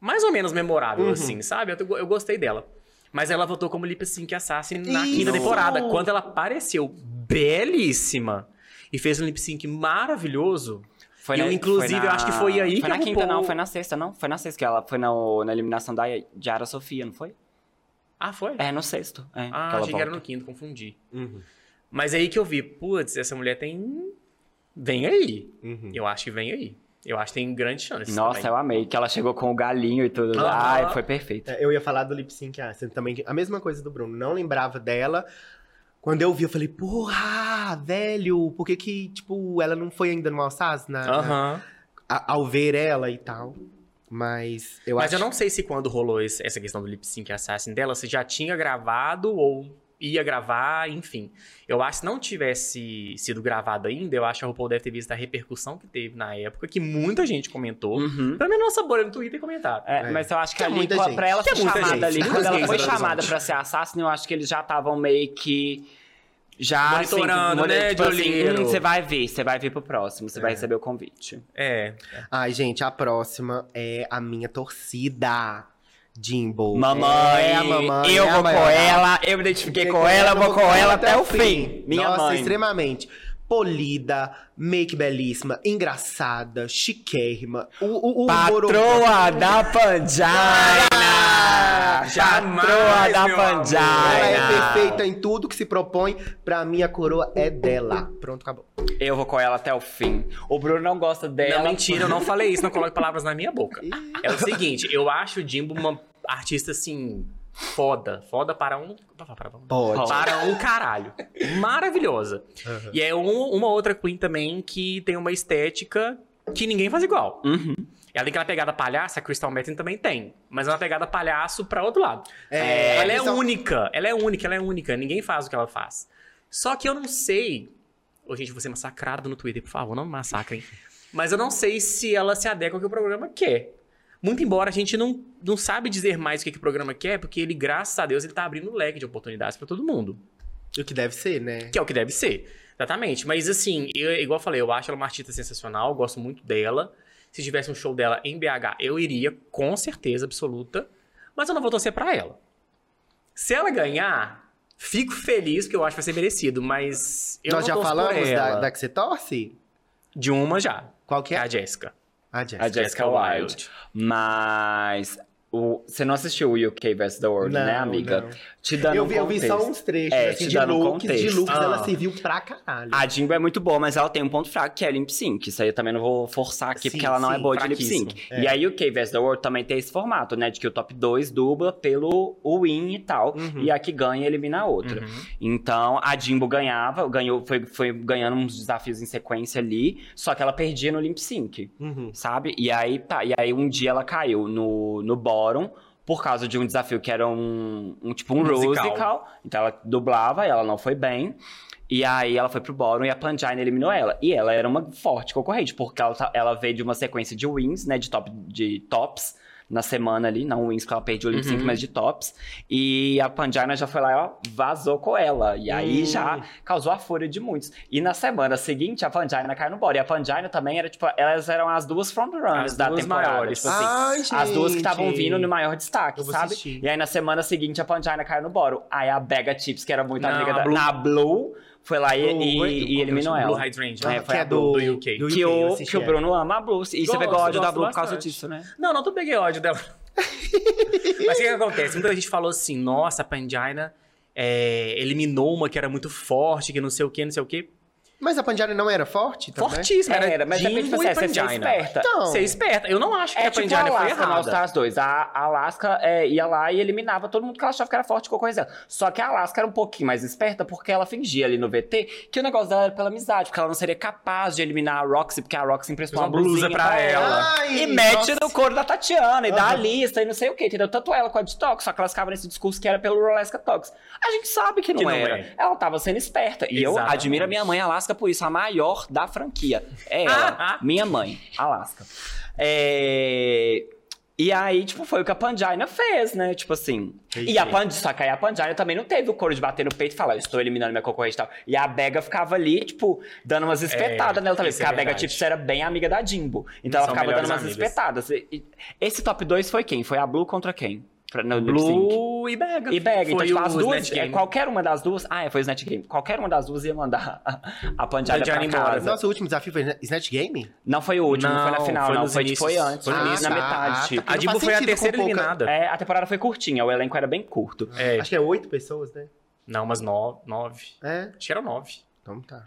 mais ou menos memorável, Uhum. assim, sabe? Eu, eu gostei dela. Mas ela voltou como Lip Sync Assassin na Isso! quinta temporada. Quando ela apareceu belíssima e fez um lip sync maravilhoso. Foi Eu, inclusive, eu acho que foi aí foi que na a quinta, RuPaul- não. Foi na sexta, não. Foi na sexta que ela foi na, na eliminação da Yara Sofia, não foi? Ah, foi? É, no sexto. É, que ah, ela achei que era volta. no quinto, confundi. Uhum, Mas é aí que eu vi, putz, essa mulher tem. Vem aí. uhum. Eu acho que vem aí. Eu acho que tem grande chance. Nossa, também. eu amei. Que ela chegou com o galinho e tudo. Aham. Ai, foi perfeito. É, Eu ia falar do lip sync Assassin também. A mesma coisa do Bruno. Não lembrava dela. Quando eu vi, eu falei, porra, velho, por que que, tipo, ela não foi ainda no Alsace? Na, na- Aham. a- ao ver ela e tal. Mas eu Mas acho eu não sei se quando rolou esse- essa questão do lip sync assassin dela, você já tinha gravado ou ia gravar, enfim. Eu acho que se não tivesse sido gravado ainda, eu acho que a RuPaul deve ter visto a repercussão que teve na época, que muita gente comentou. Uhum. Pelo menos nossa bolha no Twitter comentaram. É, É. Mas eu acho que, Que é ali, muita co- gente. pra ela Que é ser muita chamada gente. ali, Muitos quando ela gays foi no chamada horizonte. pra ser assassina, eu acho que eles já estavam meio que. Já assim, Monitorando, né, tipo de assim, olheiro. "Hum, Você vai ver, você vai vir pro próximo, você vai receber o convite. É. Ai, gente, a próxima é a minha torcida. Jimbo. Mamãe, É a mamãe. eu é a vou com maior. ela, eu me identifiquei com ela, eu vou com ela até o fim. Minha Nossa, mãe. extremamente. Polida, make belíssima, engraçada, chiquérrima. O, o, o Bororó- Patroa da Panjaina! Jamais, Patroa da meu amor. Ela Panjaina! é perfeita em tudo que se propõe. Pra mim, a coroa é dela. Pronto, acabou. Eu vou com ela até o fim. O Bruno não gosta dela. Não, mentira, eu não falei isso, não coloque palavras na minha boca. É o seguinte, eu acho o Jimbo uma artista assim. Foda. Foda para um. Para um, Pode. para um caralho. Maravilhosa. E é um- uma outra Queen também que tem uma estética que ninguém faz igual. Uhum. Ela tem aquela pegada palhaça, a Crystal Method também tem. Mas é uma pegada palhaço pra outro lado. É, ela é eles são- única, ela é única, ela é única. Ninguém faz o que ela faz. Só que eu não sei. Ô, gente, vou ser massacrado no Twitter, por favor, não me massacrem. Mas eu não sei se ela se adequa ao que o programa quer. Muito embora a gente não, não sabe dizer mais o que, que o programa quer, porque ele, graças a Deus, ele tá abrindo um leque de oportunidades pra todo mundo. O que deve ser, né? Que é o que deve ser. Exatamente. Mas assim, eu- igual eu falei, eu acho ela uma artista sensacional, eu gosto muito dela. Se tivesse um show dela em BH, eu iria, com certeza absoluta. Mas eu não vou torcer pra ela. Se ela ganhar, fico feliz, porque eu acho que vai ser merecido. Mas eu Nós não já torço falamos por da, ela. da que você torce? De uma já, Qual que que é é? a Jéssica. A A Jess. Jessica Wilde. Mas. o- Você não assistiu o UK vs. The World, né, amiga? não. Te dando Eu vi, eu um vi contexto. só uns trechos É, assim, te de dando um looks. De contexto. looks Ah. ela se viu pra caralho. A Jimbo é muito boa, mas ela tem um ponto fraco que é lip sync. Isso aí eu também não vou forçar aqui, Sim, porque ela não sim, É. é boa de lip fraquíssimo. sync. E aí o UK vs. The World também tem esse formato, né? De que o top 2 dubla pelo win e tal. Uhum. E a que ganha elimina a outra. Então a Jimbo ganhava, ganhou, foi, foi ganhando uns desafios em sequência ali, só que ela perdia no lip sync. Uhum. sabe? E aí tá, e aí um dia ela caiu no, no bórum por causa de um desafio que era um, um tipo um Musical. musical. Então ela dublava e ela não foi bem. E aí ela foi pro bórum e a Panjaina eliminou ela. E ela era uma forte concorrente, porque ela, tá- ela veio de uma sequência de wins, né? De, top, de tops na semana ali, não wins que ela perdeu o lip sync, Uhum. mas de tops. E a Panjaina já foi lá e ó, vazou com ela. E aí Hum. já causou a fúria de muitos. E na semana seguinte, a Panjaina caiu no bora. E a Panjaina também era, tipo, elas eram as duas frontrunners As da duas temporada. maiores. Tipo assim, Ai, gente. as duas que estavam vindo no maior destaque, Eu vou sabe? assistir. E aí na semana seguinte, a Panjaina caiu no boro. Aí a Bega Chips, que era muito Não, amiga a da Blue. na Blue, foi lá e, Blue, e- qual que e é o eliminou nome? ela. Blue né? Hydrangea. É, Ah, foi que a é do, do UK. do que, eu o, assisti é. que o ela. Bruno ama a Blue. E você Gosto, pegou ódio da gosto Blue por causa bastante. disso, né? Não, não tô peguei ódio dela. Mas o que, que acontece? Muita gente falou assim, nossa, a Pangina é, eliminou uma que era muito forte, que não sei o que, não sei o que. Mas a Pandiária não era forte também? Fortíssima, Era, era, mas também, tipo Jimbo assim, e é, você ser Pangina. esperta. Então, Ser é esperta. Eu não acho que É a tipo Pangina a foi Alaska no All errada. Stars 2. A a Alaska é, ia lá e eliminava todo mundo que ela achava que era forte com coisa. Só que a Alaska era um pouquinho mais esperta porque ela fingia ali no VT que o negócio dela era pela amizade, porque ela não seria capaz de eliminar a Roxy, porque a Roxy emprestou Fez uma, uma blusa blusinha pra ela. Ai, E mete nossa. no couro da Tatiana e da Aham. Alissa e não sei o que, entendeu? Tanto ela quanto a Detox, só que elas ficavam nesse discurso que era pelo Rolesca Tox. A gente sabe que não, Que não era. é. Ela tava sendo esperta. E eu Exatamente. admiro a minha mãe Alaska por isso, a maior da franquia. É ela, Ah, ah. minha mãe, Alaska. É, E aí, tipo, foi o que a Panjaina fez, né? Tipo assim. Ei, E a gente. Panjaina, só que aí a Panjaina também não teve o coro de bater no peito e falar, "Eu estou eliminando minha concorrente e tal. E a Bega ficava ali, tipo, dando umas espetadas nela também. É, isso Porque é a Bega, verdade. tipo, era bem amiga da Jimbo. Então São ela ficava dando umas melhores amigas. espetadas. E- e- Esse top 2 foi quem? Foi a Blue contra quem? Pra- no lip sync. Blue e Bega. E Bag, então Foi tipo, o né? as duas, Snatch é, Game. qualquer uma das duas, ah, é, foi o Snatch Game, qualquer uma das duas ia mandar a- a Pandiária pra Pandiária embora. casa. Nosso último desafio foi Snatch Game? Não foi o último, não foi na Não, final, foi não, nos foi, tipo, foi inícios. antes, Foi no na início. tipo. Ah, metade. tipo, tá. A Não Dibu faz foi a sentido terceira com pouca- eliminada. É, a temporada foi curtinha, o elenco era bem curto. É. Acho que é oito pessoas, né? Não, mas no- nove. É, Acho que eram nove. então tá.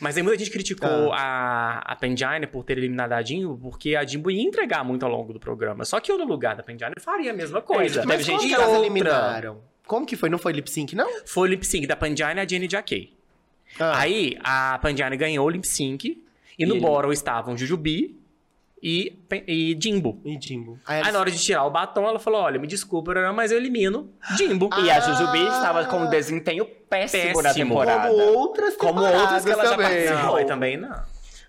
Mas aí muita gente Tá. criticou a, a Pangina por ter eliminado a Jimbo, porque a Jimbo ia entregar muito ao longo do programa. Só que eu, no lugar da Pangina, faria a mesma coisa. É, Mas Mas gente como que que elas outra. eliminaram? Como que foi? Não foi lip sync, não? Foi o lip sync da Pangina e a Jenny Jackey. Ah, Aí a Pandiani ganhou o lip sync. E no Tá. E ele- Boro estavam Jujubi e, pe- e Jimbo. E Jimbo. É. Aí na hora de tirar o batom, ela falou: olha, me desculpa, mas eu elimino Jimbo. E a Jujubi estava com um desempenho péssimo, na Ah. Péssimo. temporada. Como outras Como temporadas outras que ela já também. participou. Não, e Ah, também não. Tá,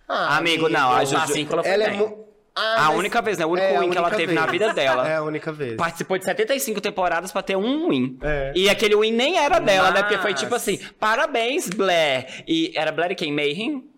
Ah, Amigo, não, a Juju- Pacícola foi Ela é bem. mu- Ah, A mas- única vez, né? O único É, a win que ela única teve vez. na vida dela. É a única vez. Participou de 75 temporadas pra ter um win. É. E aquele win nem era dela, né? Porque foi Mas- tipo assim, parabéns, Blair. E era Blair e quem? Mayhem?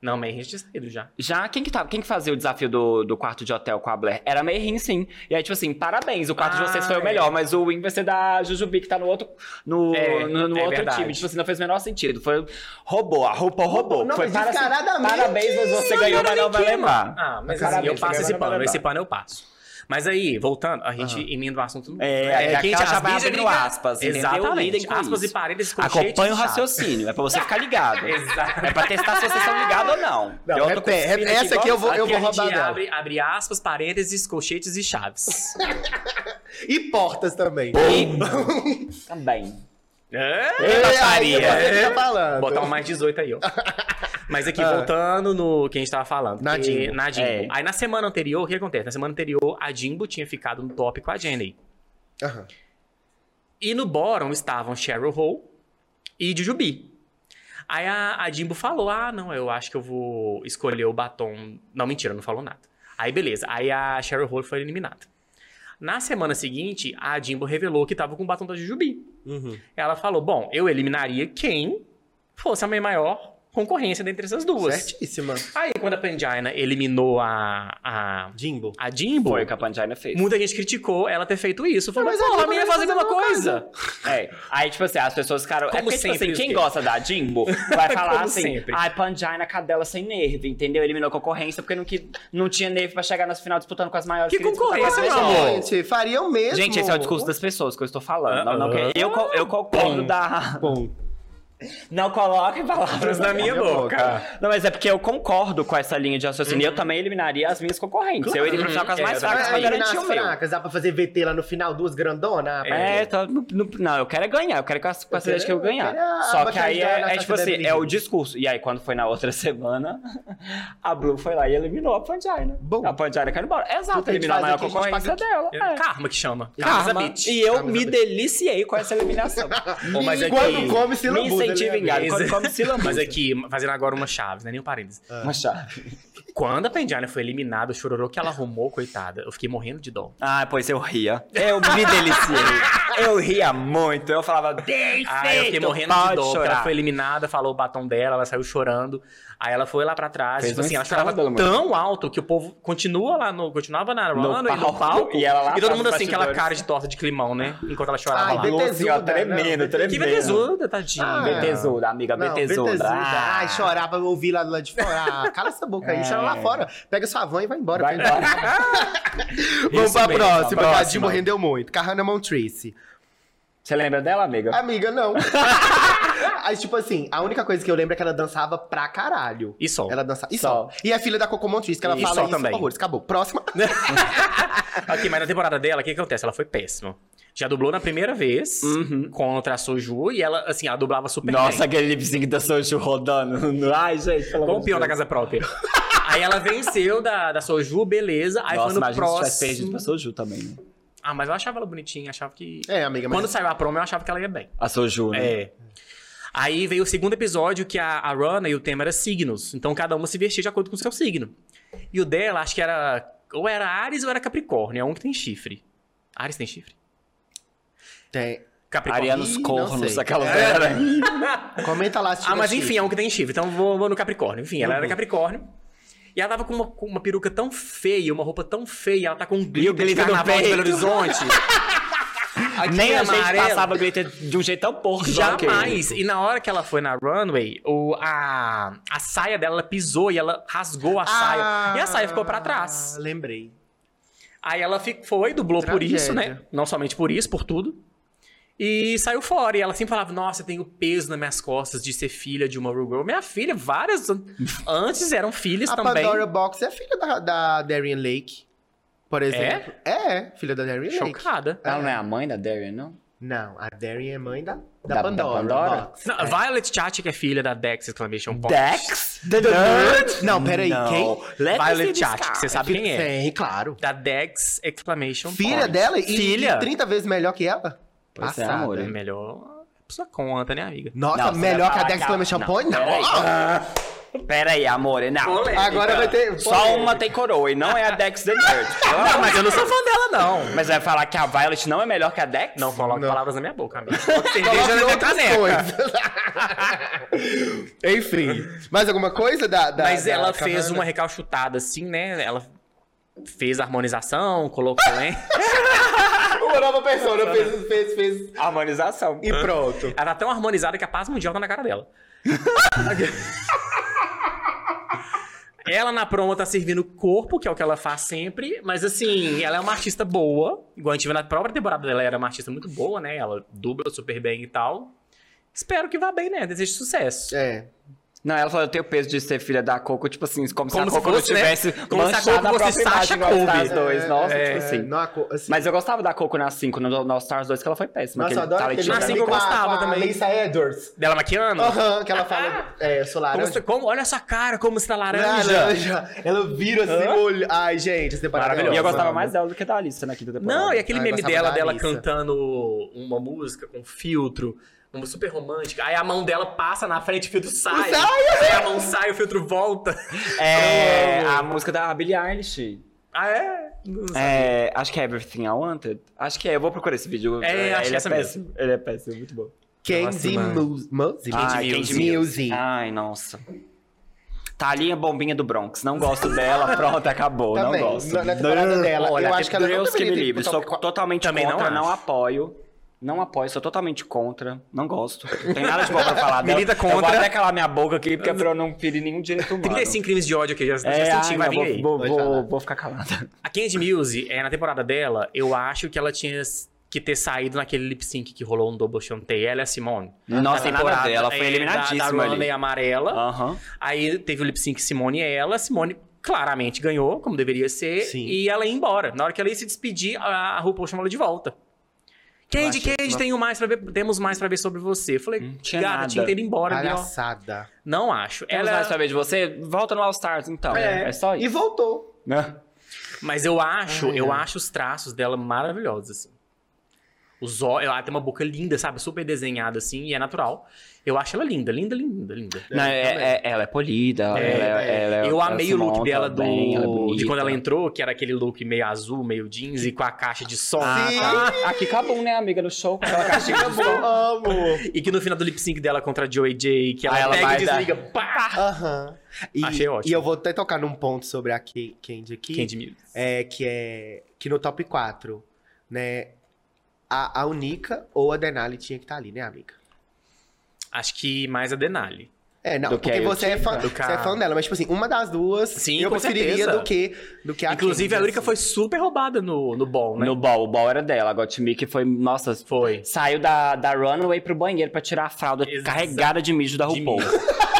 Não, meio registrado já. Já, quem que, tava, quem que fazia o desafio do, do quarto de hotel com a Blair? Era a Mayhem, sim. E aí, tipo assim, parabéns, o quarto de Ah, vocês foi é. o melhor, mas o win vai ser da Jujubi, que tá no outro, no, É, no, no é outro verdade. time. Tipo assim, não fez o menor sentido. Foi, roubou, a roupa roubou. Não, foi mas para- assim, descaradamente. parabéns, mas você Não ganhou, era mas não vai ninguém, lembrar. Ah, mas Mas assim, eu parabéns, passo esse agora vai pano, levar. esse pano eu passo. Mas aí, voltando, a gente emenda o assunto no. É, é gente, aquela já as vai mídias abrindo brigam- aspas, entendeu? Exatamente. Lidem com aspas isso. e paredes com Acompanhe o raciocínio, é pra você ficar ligado. Exato. É pra testar se vocês estão ligados ou não. Não, Eu tô repete, com esse repete, feeling essa aqui eu vou- igual- Aqui a gente roubar dela. abre, abre aspas, parênteses, colchetes e chaves. E portas também. E- Também. é? Eu aí, faria. Você que tá falando. Botar um mais 18 aí, ó. Mas aqui, Ah. voltando no que a gente tava falando. Na que- Jimbo. Na Jimbo. É. Aí na semana anterior, o que acontece? Na semana anterior, a Jimbo tinha ficado no top com a Jenny. Aham. E no bottom estavam Cheryl Hall e Jujubi. Aí a, a Jimbo falou: Ah, não, eu acho que eu vou escolher o batom. Não, mentira, não falou nada. Aí beleza. Aí a Cheryl Hall foi eliminada. Na semana seguinte, a Jimbo revelou que tava com o batom da Jujubi. Uhum. Ela falou: Bom, eu eliminaria quem fosse a minha maior concorrência dentre essas duas. Certíssima. Aí quando a Pangina eliminou a, a, Jimbo. a Jimbo, Foi o que a Pangina fez. muita gente criticou ela ter feito isso. Falou: Mas a Porra, a Jimbo minha ia vai fazer a mesma coisa. É. Aí, tipo assim, as pessoas ficaram. é Como porque, tipo assim, sempre, o quem quê? gosta da Jimbo vai falar Como assim: sempre. ai, Pangina, cadela sem nervo, entendeu? Eliminou a concorrência porque não, que, não tinha nervo pra chegar no final disputando com as maiores. Que queria disputar com as concorrência, melhores. meu amor? Gente, fariam mesmo. Gente, esse é o discurso das pessoas que eu estou falando. Ah, não, não, ah. quer- eu, co- eu concordo Pum. da. Bom. Não coloque palavras né? Palavras na minha Minha boca. boca. Não, mas é porque eu concordo com essa linha de raciocínio. Eu também eliminaria as minhas concorrentes. Eu iria pro final com as Uhum. mais É, fracas eu pra também. garantir o nas meu. fracas, dá pra fazer VT lá no final, duas grandonas? É, tô- não, não- não, eu quero é ganhar, eu quero que as quero- quantidades que eu eu quero ganhar. a Só que aí batalha da é, é tipo Sociedade assim, é Virgem. o discurso. E aí, quando foi na outra semana, a Blue foi lá e eliminou a Pangina. Bom. A Pangina caiu embora. Exato, Tudo que a gente eliminou a faz maior aqui, a gente concorrência dela. É, É. Karma que chama. Karma. Karma Zabit. E eu Carlos me Abit. deliciei com essa eliminação. Bom, mas aqui- Quando come, se é Me lambuza, incentiva né, em galho, amigo? quando come se lambuza. Mas aqui, fazendo agora uma chave, não é nem um parênteses. Uma chave. Quando a Pendiana foi eliminada, o chororô que ela arrumou, coitada, eu fiquei morrendo de dó. Ah, pois eu ria. Eu me deliciei. Eu ria muito. Eu falava, bem Ah, eu fiquei feito, morrendo de pode dó. porque chorar. Ela foi eliminada, falou o batom dela, ela saiu chorando. Aí ela foi lá pra trás, Fez tipo um assim, ela chorava escândalo, tão alto que o povo continua lá no, continuava na No run e no palco, palco. e ela lá todo atrás mundo dos assim, aquela bastidores. cara de torta de climão, né? Enquanto ela chorava Ai, lá. Deus. Lúcia, ó, tremendo, né? Betezuda, tremendo. Que belezura, tadinha. Ah, Betezuda, amiga, Não, Betezuda. Betezuda. Ai, chorar pra ouvir lá do lado de fora. Ah, cala essa boca aí, chora lá fora. Pega sua van e vai embora. É. Vai Vai embora. Vamos Isso pra mesmo, próxima, a que a próxima. Jimbo rendeu muito. Carrana Montrese. Você lembra dela, amiga? Amiga, não. Aí, tipo assim, a única coisa que eu lembro é que ela dançava pra caralho. E só. Ela dançava. E Sol. só. E a filha da Coco Montriz, que ela E fala sol isso também. horrores. Acabou. Próxima. Ok, mas na temporada dela, o que, que acontece? Ela foi péssima. Já dublou na primeira vez contra a Soju e ela, assim, ela dublava super Uhum. Nossa, bem. aquele lip sync da Soju rodando. Ai, gente, pelo amor de Campeão da Deus. casa própria. aí ela venceu da, da Soju, beleza. Aí Nossa, foi no mas a gente tivesse próximo. perdido pra Soju também. né? Ah, mas eu achava ela bonitinha, achava que. É, amiga, mas. Quando saiu a promo, eu achava que ela ia bem. A Soju, né? É. Aí veio o segundo episódio que a, a Rana e o tema era signos. Então cada uma se vestia de acordo com o seu signo. E o dela, acho que era. Ou era Ares ou era Capricórnio. É um que tem chifre. Ares tem chifre? Tem. Capricórnio. Arianos Ih, não Cornos, sei. aquela né? É. galera. Comenta lá se Ah, tiver mas chifre. enfim, é um que tem chifre. Então vou, vou no Capricórnio. Enfim, ela era Uhum. Capricórnio. E ela tava com uma, com uma peruca tão feia, uma roupa tão feia, ela tá com um E o glitter de glitter no carnaval de peito. Belo Horizonte. Aqui Nem é a gente amarelo. passava glitter de um jeito tão porco. igual aquele. Jamais. E na hora que ela foi na runway, o, a, a saia dela ela pisou e ela rasgou a Ah. saia. E a saia Ah, ficou pra trás. Lembrei. Aí ela fi- foi, dublou por Tragédia. isso, né? Não somente por isso, por tudo. E saiu fora. E ela sempre falava: Nossa, eu tenho peso nas minhas costas de ser filha de uma Rue Girl. Minha filha, várias an- antes eram filhas A também. Pandora Box é filha da, da Darian Lake, por exemplo. É? filha da Darian Lake. Chocada. Ela não é a mãe da Darian, não? Não, a Darren é mãe da, da, Da- da Pandora. Pandora? Box. Não, Violet Chachki que é filha da Dex Exclamation Point. Dex? The Nerd? Não, peraí, Não. quem? Let Violet me see Chachki, this você guy. sabe quem é? Tem, claro. Da Dex Exclamation Filha Point. dela e, Filha. e 30 vezes melhor que ela? Pois é, Passada. amor. É melhor sua conta, né, amiga? Nossa, Não, você melhor vai que a falar Dex que ela- Exclamation não, Point? Não. peraí. Peraí, amor, não. Polêmica. Agora vai ter. Só uma tem coroa e não é a Dex The Nerd. Não, mas eu não sou fã dela, não. Mas vai falar que a Violet não é melhor que a Dex? Não coloque Não. palavras na minha boca, amigo. Coloque Cerveja é na minha outras caneca. coisas. Enfim. Mais alguma coisa da. da- Mas da ela fez Kahana? uma recalchutada assim, né? Ela fez a harmonização, colocou, né? Uma nova persona fez, fez, fez. Harmonização. E pronto. Ela tá tão harmonizada que a paz mundial tá na cara dela. ela na promo tá servindo o corpo, que é o que ela faz sempre, mas assim, ela é uma artista boa. Igual a gente viu na própria temporada dela, ela era uma artista muito boa, né? Ela dubla super bem e tal. Espero que vá bem, né? Desejo sucesso. É. Não, ela falou, eu tenho peso de ser filha da Coco, tipo assim, como, se a Como se Coco não fosse, né? tivesse Como se a manchado Coco fosse própria Sasha imagem no All Stars Kobe. 2. Nossa, É, tipo assim. não, a co- assim, Mas eu gostava da Coco na 5, no no All Stars 2, que ela foi péssima. nossa, eu adoro talent aquele show Assim dela. meme que eu com a- gostava com a também. Lisa Edwards. Dela maquiando? Aham, que ela fala. É, eu sou Como laranja. você- como- olha essa cara, como você tá laranja. Ah, Laranja. Ela vira assim, Hã? o olho. Ai, gente, essa temporada é E Maravilhosa. eu ótima. gostava mais dela do que da Alissa na quinta temporada. Não, e é aquele Ah, eu meme gostava dela, da dela Alissa. cantando uma música com filtro, uma super romântica. Aí a mão dela passa na frente, o filtro sai. Sai, Aí a mão sai, o filtro volta. É, a música da Billie Eilish. Ah, é? Não sei. É, acho que é Everything I Wanted. Acho que é, eu vou procurar esse vídeo. É, acho que ele é essa péssimo. Ele é péssimo, muito bom. Candy Nossa, Muse. Muse? Ah, Candy Candy Muse. Ai, nossa. Thalinha Bombinha do Bronx. Não gosto dela, pronto, acabou. Também, não gosto. na- na temporada dela, Olha, eu acho que ela não Deus que me deveria ter livre. ido Sou pro top totalmente Também não contra, não, acho. apoio. Não apoio, sou totalmente contra. Não gosto. Não tem nada de bom pra falar dela. Milita Eu vou contra. até calar minha boca aqui, porque é pra eu não ferir nenhum direito humano. 35 crimes de ódio que já, já É, ai, senti, vai não, vir aí. vou, vou, Pode vou, falar. vou ficar calada. A Candy Muse, é, na temporada dela, eu acho que ela tinha que ter saído naquele lip sync que rolou um double chantei, ela e a Simone. Nossa, Na tem nada a ver, ela temporada, foi é, eliminadíssima Da, da ali. Runway amarela. Aham. Aí teve o lip sync Simone e ela. Simone claramente ganhou, como deveria ser. Sim. E ela ia embora. Na hora que ela ia se despedir, a a RuPaul chamou ela de volta. Candy, achei Candy, uma- tenho mais pra ver, temos mais pra ver sobre você. Eu falei, Não tinha cara, nada. tinha que ter ido embora, viu? Palhaçada. Não acho. Ela Ela- vai saber de você? Volta no All Stars, então. É, só E isso. voltou. né? Mas eu acho, Ah, Ai, eu é. ai. acho os traços dela maravilhosos, assim. Os olhos, ela tem uma boca linda, sabe? Super desenhada, assim, e é natural. Eu acho ela linda, linda, linda, linda. Não, é- também. é- ela é polida, ela, É, é, ela é- Eu ela amei se o look monta dela do. bem, ela é de bonita. quando ela entrou, que era aquele look meio azul, meio jeans e com a caixa de som. Ah, Sim. tá. Aqui acabou, né, amiga, no show, com aquela caixinha. Eu amo. E que no final do lip sync dela contra a Joey J, que ela, Ah, ela pega vai e desliga. Pá! Aham. E- Achei ótimo. E eu vou até tocar num ponto sobre a Ke- Candy aqui. Candy Mills. É, que é que no top 4, né? A, a Unica ou a Denali tinha que estar ali, né, amiga? Acho que mais a Denali. É, não, Do que porque a você é, Utica? fã, Do você ca- é fã dela, mas tipo assim, uma das duas Sim, eu com preferiria certeza. do que, do que a Inclusive, a Candy, Eureka assim. foi super roubada no, no ball, né? No ball, o ball era dela. A Gottmik foi, nossa, Foi. saiu da, da runway pro banheiro pra tirar a fralda Exato. carregada de mijo da De RuPaul. mijo.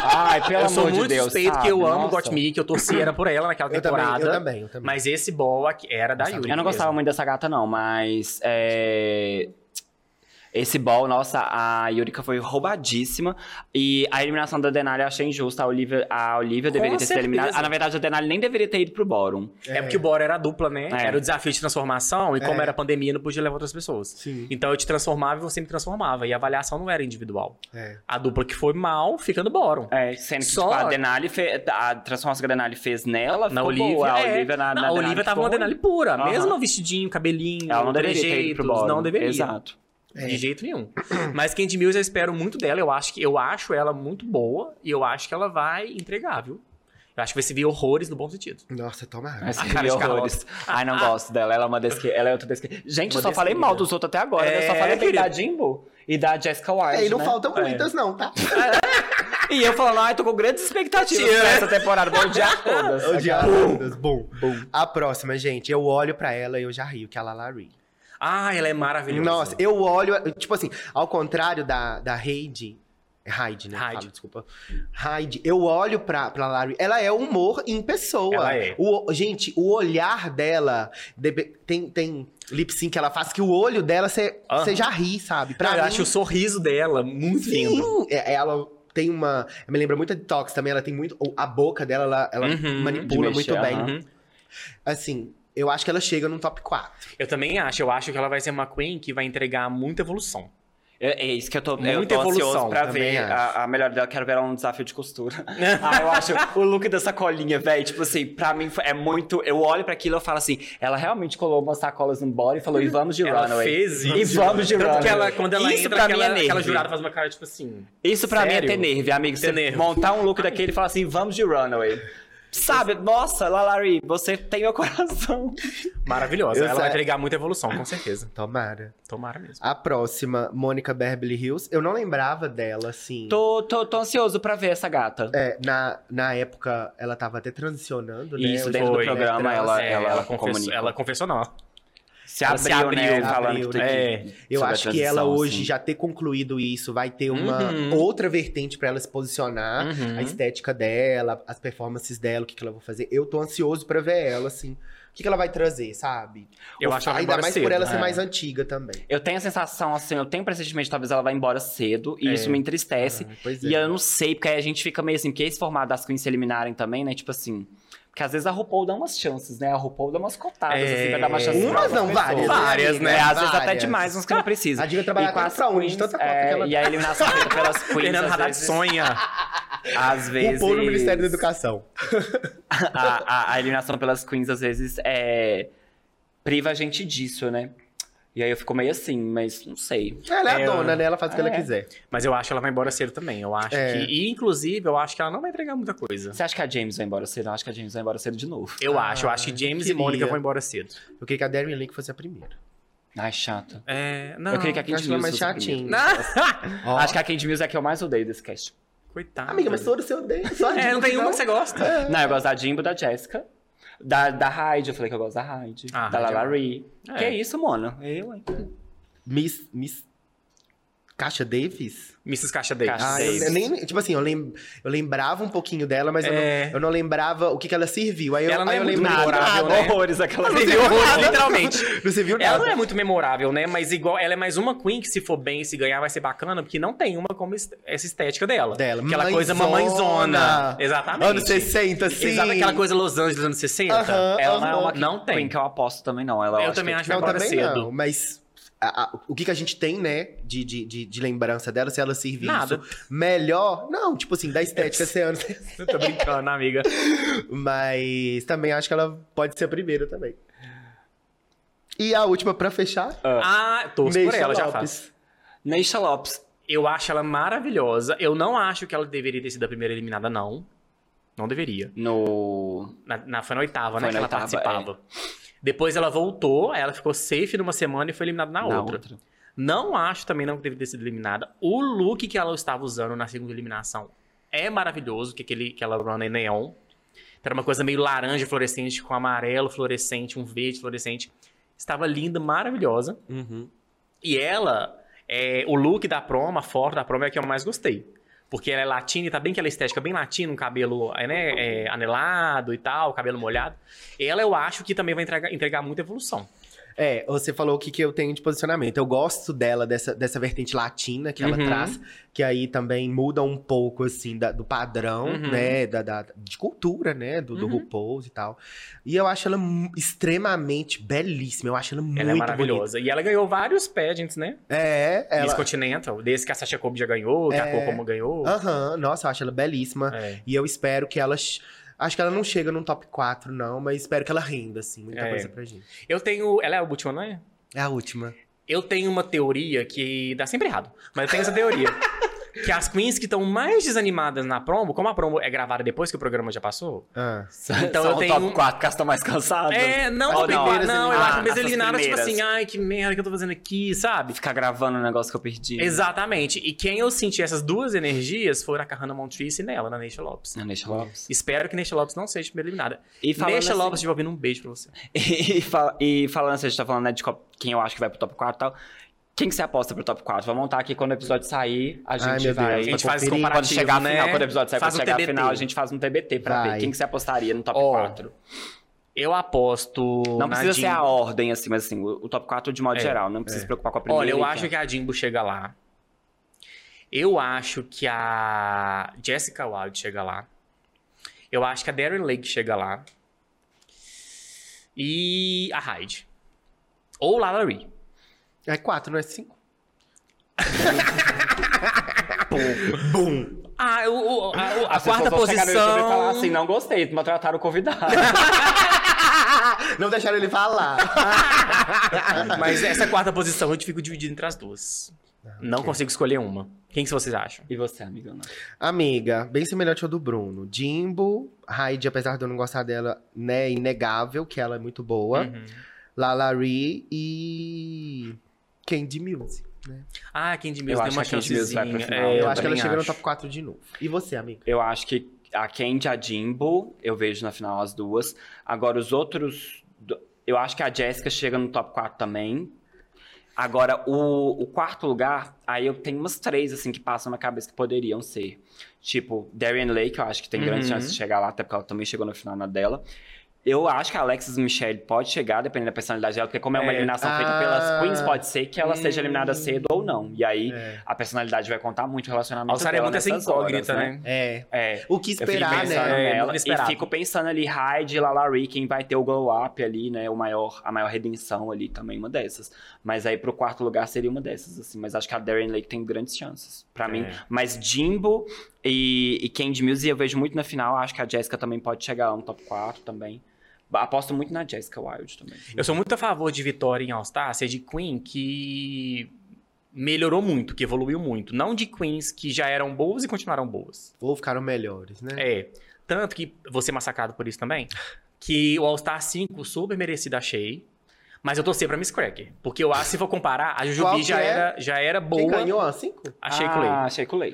Ai, pelo eu amor sou de muito Deus. suspeito sabe? que eu amo Nossa. Gottmik, eu torci era por ela naquela Eu também, temporada. eu também, eu também. Mas esse ball aqui era da Nossa, Yuri. Eu não gostava mesmo. muito dessa gata, não, mas. é, Esse ball, nossa, a Yurika foi roubadíssima. E a eliminação da Denali eu achei injusta. A Olivia, a Olivia Com deveria ter sido certeza. eliminada. Ah, na verdade, a Denali nem deveria ter ido pro Bórum. É porque o Bora era dupla, né? É. Era o desafio de transformação, e como É. era pandemia, não podia levar outras pessoas. Sim. Então eu te transformava e você me transformava. E a avaliação não era individual. É. A dupla que foi mal fica no bórum. É, sendo que Só- tipo, a Denali fe... a transformação que a Denali fez nela, Na ficou Olivia, boa. A é. Olivia na, Não, na a Denali Olivia tava ficou- uma Denali pura. Ah, Aham. Mesmo o vestidinho, cabelinho, Ela não deveria ter ido pro trejeitos, Bórum. não deveria. Exato. É. De jeito nenhum. Mas Candy Mills eu espero muito dela. Eu acho que eu acho ela muito boa e eu acho que ela vai entregar, viu? Eu acho que vai se ver horrores no bom sentido. Nossa, tomara. Mas A que cara é de horrores. Ai, não gosto dela. Ela é uma desque... Ela é outra desque... Gente, eu Uma só falei desquerida. mal dos outros até agora. né? Eu só É, falei bem da querido. Jimbo e da Jessica Wilde, É, e não né? faltam muitas, não, tá? E eu falando, ai, tô com grandes expectativas Tira. pra essa temporada, vou odiar todas. Odiar todas. Bom. A próxima, gente, eu olho pra ela e eu já rio, que é a Lalari. Ah, ela é maravilhosa. Nossa, eu olho, tipo assim, ao contrário da, da Heidi, É Hyde, né? Hyde. Fala, desculpa. Hyde. Eu olho pra, pra Larry. Ela é humor em pessoa. Ela é. O- gente, o olhar dela. debe- tem, tem lip sync que ela faz que o olho dela você Aham. já ri, sabe? Pra Cara, Ah, eu mim, acho o sorriso dela muito lindo. Sim, é- ela tem uma. Me lembra muito a Detox também. Ela tem muito. A boca dela, ela, ela Uhum, manipula de muito mexer, bem. aham. Uhum. Assim, eu acho que ela chega num top 4. Eu também acho. Eu acho que ela vai ser uma queen que vai entregar muita evolução. É, é isso que eu tô, eu Muita tô evolução, ansioso pra também ver acho. a, a melhor dela. Quero ver ela num desafio de costura. ah, eu acho o look da sacolinha, velho. Tipo assim, pra mim foi- é muito. Eu olho pra aquilo e eu falo assim: ela realmente colou umas sacolas no body e falou, e vamos de ela runaway. fez E vamos de Tanto runaway. que ela, quando ela isso entra, pra aquela, mim é aquela nerve. jurada faz uma cara tipo assim. Isso pra mim é Sério? ter nerve, amigo. Você Ter nerve. montar um look daquele e falar assim, vamos de runaway. Sabe, nossa, Lalari, você tem meu coração. Maravilhosa. Eu ela sei. vai entregar muita evolução, com certeza. Tomara. Tomara mesmo. A próxima, Mônica Beverly Hills. Eu não lembrava dela, assim. Tô, tô, tô ansioso pra ver essa gata. É, na, na época, ela tava até transicionando, né? Isso, O dentro foi, do né, programa, trans. ela, É, ela, confessou, comunica. ela confessou, não. se ela abriu, se abriu, né, ela falando abriu, que é. tem né? que- Eu sobre a acho que ela transição, hoje assim. já ter concluído isso, vai ter uma Uhum. outra vertente pra ela se posicionar, Uhum. a estética dela, as performances dela, o que, que ela vai fazer. Eu tô ansioso pra ver ela, assim. O que, que ela vai trazer, sabe? Eu O- acho que ela Ainda vai embora mais cedo, por ela é. ser mais antiga também. Eu tenho a sensação, assim, eu tenho o pressentimento de talvez ela vá embora cedo, e É. isso me entristece. Ah, pois é. E eu não sei, porque aí a gente fica meio assim, porque esse formato das queens se eliminarem também, né? Tipo assim. Porque às vezes a RuPaul dá umas chances, né? A RuPaul dá umas cotadas, É. assim, pra dar uma chance. pra Umas algumas não, várias, pessoas. né, Várias, amiga? né? Às vezes até Várias. demais, uns que não precisam. A Diga E trabalhar com tanto as pra onde, queens, tanta conta é, então que ela E a eliminação feita pelas queens, Fernando às né? Haddad vezes, sonha. às vezes... RuPaul no Ministério da Educação. a, a- a eliminação pelas queens, às vezes, é... priva a gente disso, né? E aí eu fico meio assim, mas não sei. Ela é, É, a dona, né? Ela faz o que ela é. quiser. Mas eu acho que ela vai embora cedo também. Eu acho É. que. E, inclusive, eu acho que ela não vai entregar muita coisa. Você acha que a James vai embora cedo? Eu acho que a James vai embora cedo de novo. Eu Ah, acho. Eu acho que James queria. e Mônica vão embora cedo. Eu queria que a Darren Link fosse a primeira. Ai, chata. É. Não. Eu queria que a Eu Candy acho ela Mills mais fosse a chatinha. primeira. é Ó. Acho que a Candy Mills é a que eu mais odeio desse cast. Coitada. Amiga, mas todo seu odeia. Só a É, não Disney tem uma que você gosta. Não, eu gosto da Jimbo, da Jessica. Da, da Hyde, eu falei que eu gosto da Hyde. Ah, da Hyde é Lalari. boa. Que É. isso, mona. Eu, hein? Miss. Miss. Caixa Davis? Mrs. Caixa Davis. Caixa Ah, eu, Davis. eu nem. Tipo assim, eu, lem, eu lembrava um pouquinho dela, mas eu, É. não, eu não lembrava o que, que ela serviu. Aí eu, Ela não aí é eu muito lembrei- memorável, né? Horrores aquela Ela serviu horrores, literalmente. Não serviu nada. Ela não é muito memorável, né? Mas igual, ela é mais uma queen que se for bem, se ganhar, vai ser bacana, porque não tem uma como est- essa estética dela. Dela. Aquela coisa Mãezona. mamãezona. Exatamente. Anos 60, sim. Exato, aquela coisa Los Angeles anos 60. Aham, Ela não é aham. uma Não queen tem. que eu aposto também, não. Ela, Eu acho também que- é acho Não, embora também cedo. não, mas a- a- o que, que a gente tem, né, de, de, de, de lembrança dela, se ela servir Nada. isso melhor. Não, tipo assim, da estética esse ano. Eu tô tá brincando, amiga. Mas também acho que ela pode ser a primeira também. E a última pra fechar, Ah, torço por Neisha ela, já faço. Lopes. tipo Neisha Lopes. Eu acho ela maravilhosa. Eu não acho que ela deveria ter sido a primeira eliminada, não. Não deveria. No. Na, na- foi na oitava, né? Foi Que na ela oitava, participava. Depois ela voltou, aí ela ficou safe numa semana e foi eliminada na, na outra. Não acho também não que deveria ter sido eliminada. O look que ela estava usando na segunda eliminação é maravilhoso, que é aquele que ela run é neon. Então, Era uma coisa meio laranja fluorescente com amarelo fluorescente, um verde fluorescente. Estava linda, maravilhosa. E ela, é, o look da promo, a foto da promo é a que eu mais gostei. Porque ela é latina e tá bem que ela é estética bem latina, um cabelo é, né, é, anelado e tal, cabelo molhado. Ela eu acho que também vai entregar, entregar muita evolução. É, você falou o que, que eu tenho de posicionamento. Eu gosto dela, dessa, dessa vertente latina que ela Uhum. traz, que aí também muda um pouco, assim, da- do padrão, Uhum. né, da, da- de cultura, né, do, do Uhum. RuPaul's e tal. E eu acho ela mu- extremamente belíssima, eu acho ela muito Ela é bonita. maravilhosa. E ela ganhou vários pageants, né? É, Miss ela... Continental, desse que a Sasha Kobe já ganhou, que a É. Kokomo Ah. ganhou. Aham, nossa, eu acho ela belíssima. É. E eu espero que ela... ch- Acho que ela não chega num top 4, não, mas espero que ela renda, assim, muita É. coisa pra gente. Eu tenho. Ela é a última, não é? É a última. Eu tenho uma teoria que dá sempre errado, mas eu tenho essa teoria. que as queens que estão mais desanimadas na promo, como a promo é gravada depois que o programa já passou. Ah. Então São eu o tenho. top Top 4, que estão mais cansadas. um- É, não, Ou não, não. não, eu Ah, acho que eles essas eliminaram, tipo primeiras. assim, ai, que merda que eu tô fazendo aqui, sabe? um Ficar gravando o negócio que eu perdi. Exatamente. E quem eu senti essas duas energias foram a Carrana Montrice e nela, na Neisha Lopes. Na Neisha Lopes. Espero que Neisha Lopes não seja a primeira eliminada. Ah. E Neisha assim- Lopes, devolvendo um beijo pra você. E, fal- e falando, assim, a gente tá falando né, de co- quem eu acho que vai pro top 4 e tal. Quem que você aposta pro top 4? Vamos montar aqui quando o episódio sair, a Ai, gente meu vai. Deus. A gente Pra faz conferir, comparativo, Quando chegar a né? final, quando o episódio sair, Faz quando um chegar a TBT. final, a gente faz um TBT pra Vai. ver quem que você apostaria no top Ó, 4. Eu aposto Não na precisa ser a Jimbo. ordem, assim, mas assim, o, o top 4 de modo É, geral. Não precisa é. se preocupar com a primeira. Olha, eu e acho que a Jimbo chega lá. Eu acho que a Jessica Wilde chega lá. Eu acho que a Darren Lake chega lá. E a Hyde. Ou Lala Ree. É quatro, não é cinco? Ah, eu, eu- a, eu- a As pessoas quarta vão chegar no YouTube e posição. falar assim, não gostei, maltrataram o convidado. Não deixaram ele falar. assim. Mas essa quarta posição eu fico dividido entre as duas. Não consigo escolher uma. Quem que vocês acham? e você, amigona? Amiga, bem semelhante ao do Bruno. Jimbo, Raid, apesar de eu não gostar dela, né, inegável, que ela é muito boa. Hum. Uhum. Lalari e Candy Muse. Ah, Candy Eu Mills tem acho uma que a Candy Mills chancezinha. vai pra final. É, eu, eu acho que ela também chega no acho. top 4 de novo. E você, amiga? Eu acho que a Kendi e a Jimbo, eu vejo na final as duas. Agora, os outros. do- Eu acho que a Jessica chega no top 4 também. Agora, o, o quarto lugar, aí eu tenho umas três, assim, que passam na cabeça que poderiam ser. Tipo, Darian Lake, eu acho que tem grandes Uhum. chances de chegar lá, até porque ela também chegou na final na dela. Eu acho que a Alexis Michelle pode chegar, dependendo da personalidade dela, porque como é uma É. eliminação feita Ah. pelas queens, pode ser que ela seja Hum. eliminada cedo ou não. E aí, É. a personalidade vai contar muito o relacionamento Alçaria dela é muito essa nessas incógnita, é horas, né? É. É. O que Eu fico esperar, pensando né? É, nela muito e inesperado. fico pensando ali, Hyde e Lalari, quem vai ter o glow up ali, né? O maior, a maior redenção ali também, uma dessas. Mas aí pro quarto lugar seria uma dessas, assim. Mas acho que a Darren Lake tem grandes chances, pra É. mim. Mas Jimbo e, e Candy Muse eu vejo muito na final. Acho que a Jessica também pode chegar lá no top 4 também. Aposto muito na Jessica Wild também. Eu sou muito a favor de Vitória em All-Star, ser de Queen que melhorou muito, que evoluiu muito. Não de Queens que já eram boas e continuaram boas. Ou ficaram melhores, né? É. Tanto que você é massacrado por isso também, que o All-Star 5 super merecido achei. Mas eu torci pra Miss Cracker. Porque eu acho, se for comparar, a Qual Jujubi que já, é? era, já era Quem boa. ganhou? A 5? A Shea Ah, Coulee. achei Culei.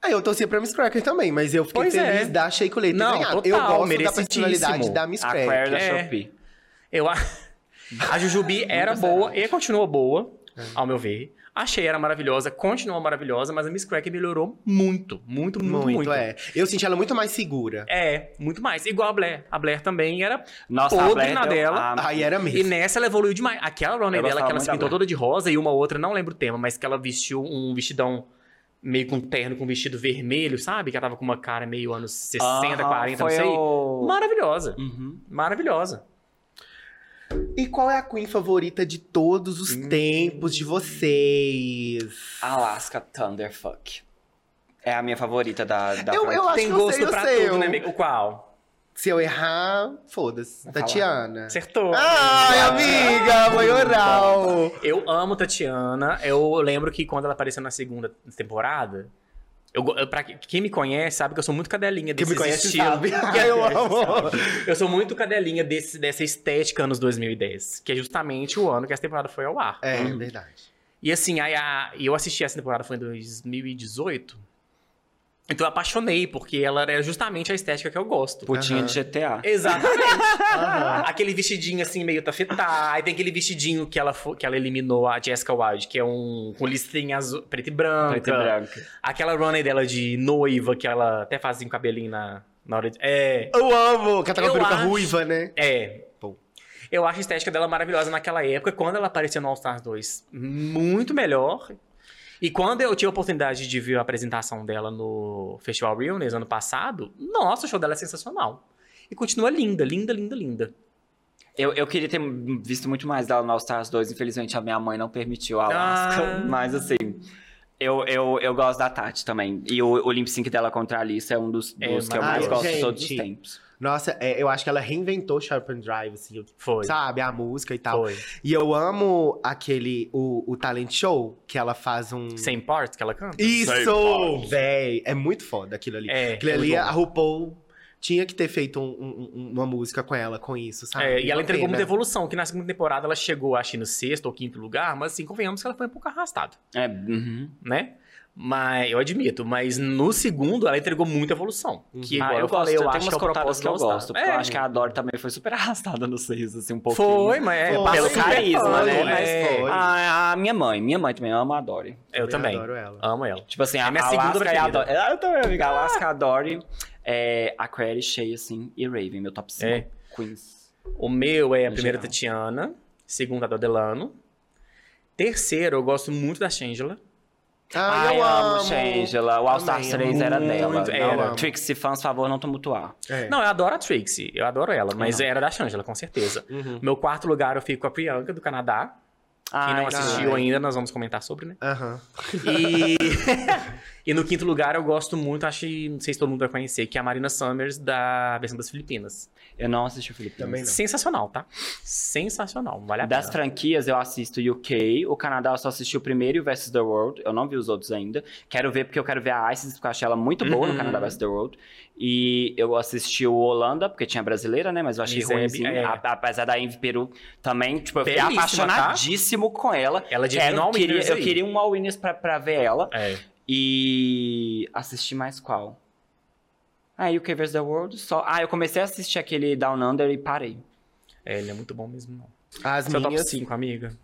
Aí Ah, eu torcia pra Miss Cracker também, mas eu fiquei Pois feliz é. da Shea Coulee ter Não, ganhado. total, eu gosto da merecidíssimo. personalidade da Miss A Cracker. Claire da É. Shopee. Eu a... a Jujubi era Nunca boa será. e continuou boa, É. ao meu ver. Achei era maravilhosa, continuou maravilhosa, mas a Miss Cracker melhorou muito, muito, muito, Muito, muito. é. Eu senti ela muito mais segura. É, muito mais. Igual a Blair. A Blair também era. Nossa, a Podre Claire na deu- dela. É, a- Aí era E mesmo. nessa ela evoluiu demais. Aquela runner Eu dela gostava que ela muito se da pintou Blair. toda de rosa e uma outra, não lembro o tema, mas que ela vestiu um vestidão meio com terno, com um vestido vermelho, sabe? Que ela tava com uma cara meio anos 60, Aham, 40, não foi sei. o- Maravilhosa. Uhum. Maravilhosa. E qual é a Queen favorita de todos os tempos de vocês? Alaska Thunderfuck. É a minha favorita da, da Eu- Frank. eu acho Tem que gosto sei, eu pra sei, tudo, eu- né, amigo? O qual? Se eu errar, foda-se. Vai Tatiana. Acertou. Ai, amiga, mãe oral. Eu amo Tatiana. Eu lembro que quando ela apareceu na segunda temporada. Eu, go- eu, pra que- quem me conhece sabe que eu sou muito cadelinha Quem desse me conhece estilo. sabe. Quem eu conhece amo. sabe. é, Eu sou muito cadelinha desse, dessa estética anos 2010, que é justamente o ano que essa temporada foi ao ar. É, verdade. E assim, aí a- eu assisti essa temporada foi em 2018. Então eu apaixonei, porque ela era justamente a estética que eu gosto. Putinha Aham. de é. GTA. Exatamente. Aquele vestidinho assim, meio tafetá. Aí tem aquele vestidinho que ela, fo- que ela eliminou a Jessica Wilde, que é um com listrinha azul, preto e branca. Preta e branca. Aquela runner dela de noiva, que ela até fazia um cabelinho na, na hora de. É. Eu amo, que ela tá com a Eu peruca acho. ruiva, né? É. Pô. Eu acho a estética dela maravilhosa naquela época, quando ela apareceu no All Stars 2, muito melhor. E quando eu tive a oportunidade de ver a apresentação dela no Festival Realness ano passado, nossa, o show dela é sensacional. E continua linda, linda, linda, linda. Eu, eu queria ter visto muito mais dela no All Stars 2. Infelizmente, a minha mãe não permitiu a Alaska. Ah. Mas assim, eu, eu, eu gosto da Tati também. E o Olymp Sync dela contra a Alice é um dos, É, dos que eu maravilhoso. mais gosto de Gente. todos os tempos. Nossa, é, eu acho que ela reinventou Sharp and Drive, assim, eu- Foi. sabe? A música e tal. Foi. E eu amo aquele, o, o talent show, que ela faz um... Sem parts que ela canta? Isso! Véi, é muito foda aquilo ali. É, aquilo é ali, muito a RuPaul tinha que ter feito um- um- um- uma música com ela, com isso, sabe? É, e ela Ah, Uma entregou pena. né? muita evolução, que na segunda temporada ela chegou, acho, que no sexto ou quinto lugar, mas assim, convenhamos que ela foi um pouco arrastada, É, uhum. né? Mas eu admito, mas no segundo ela entregou muita evolução. Que ah, igual eu Uhum. eu gosto, falei, tem eu acho umas que é uma proposta que eu cortadas gosto. Porque gostaram. eu acho que a Dory também foi super arrastada no seis, assim, um pouquinho. Foi, mas é, Foi, pelo foi, carisma, foi, né? mas É. foi. A, a minha mãe, minha mãe também ama a Dory. Eu também. adoro ela. Amo ela. Tipo assim, a, É minha minha segunda Alaska e a preferida. Ah. Dory. Ah, Eu também, amiga. Alaska, a Dory, é, a Query, Shea, assim, e Raven, meu top 5 É. queens. O meu é a No primeira geral. Tatiana, segunda da Delano. Terceiro, eu gosto muito da Shangela. Ai, Ah, eu, amo, Shangela. O All Stars Também, é eu 3 era amo. dela. Muito, era. Não, Trixie, fãs, favor, não tumultuar. É. Não, eu adoro a Trixie, eu adoro ela, mas Uhum. era da Shangela, com certeza. Uhum. Meu quarto lugar eu fico com a Priyanka, do Canadá. Quem não assistiu ai. ainda, nós vamos comentar sobre, né? Aham. E... e no quinto lugar, eu gosto muito, acho que não sei se todo mundo vai conhecer, que é a Marina Summers, da versão das Filipinas. Eu não assisti o Felipe. Também não. Sensacional, tá? Sensacional, vale a Das pena. franquias, eu assisto UK. O Canadá, eu só assisti o primeiro e o Versus the World. Eu não vi os outros ainda. Quero ver, porque eu quero ver a Isis, porque eu achei ela muito boa Uhum. no Canadá Versus the World. E eu assisti o Holanda, porque tinha brasileira, né? Mas eu achei Miss Abby, ruimzinho. é. A- Apesar da Envy Peru também. Tipo, eu fiquei Belíssima, apaixonadíssimo com ela. Ela é É, de Quero, All queria, Winners eu aí. queria um All Winners pra, pra ver ela. É. E assisti mais qual? Ah, UK vs. The World só. Ah, eu comecei a assistir aquele Down Under e parei. É, ele é muito bom mesmo, não. As Seu top minhas. 5, amiga.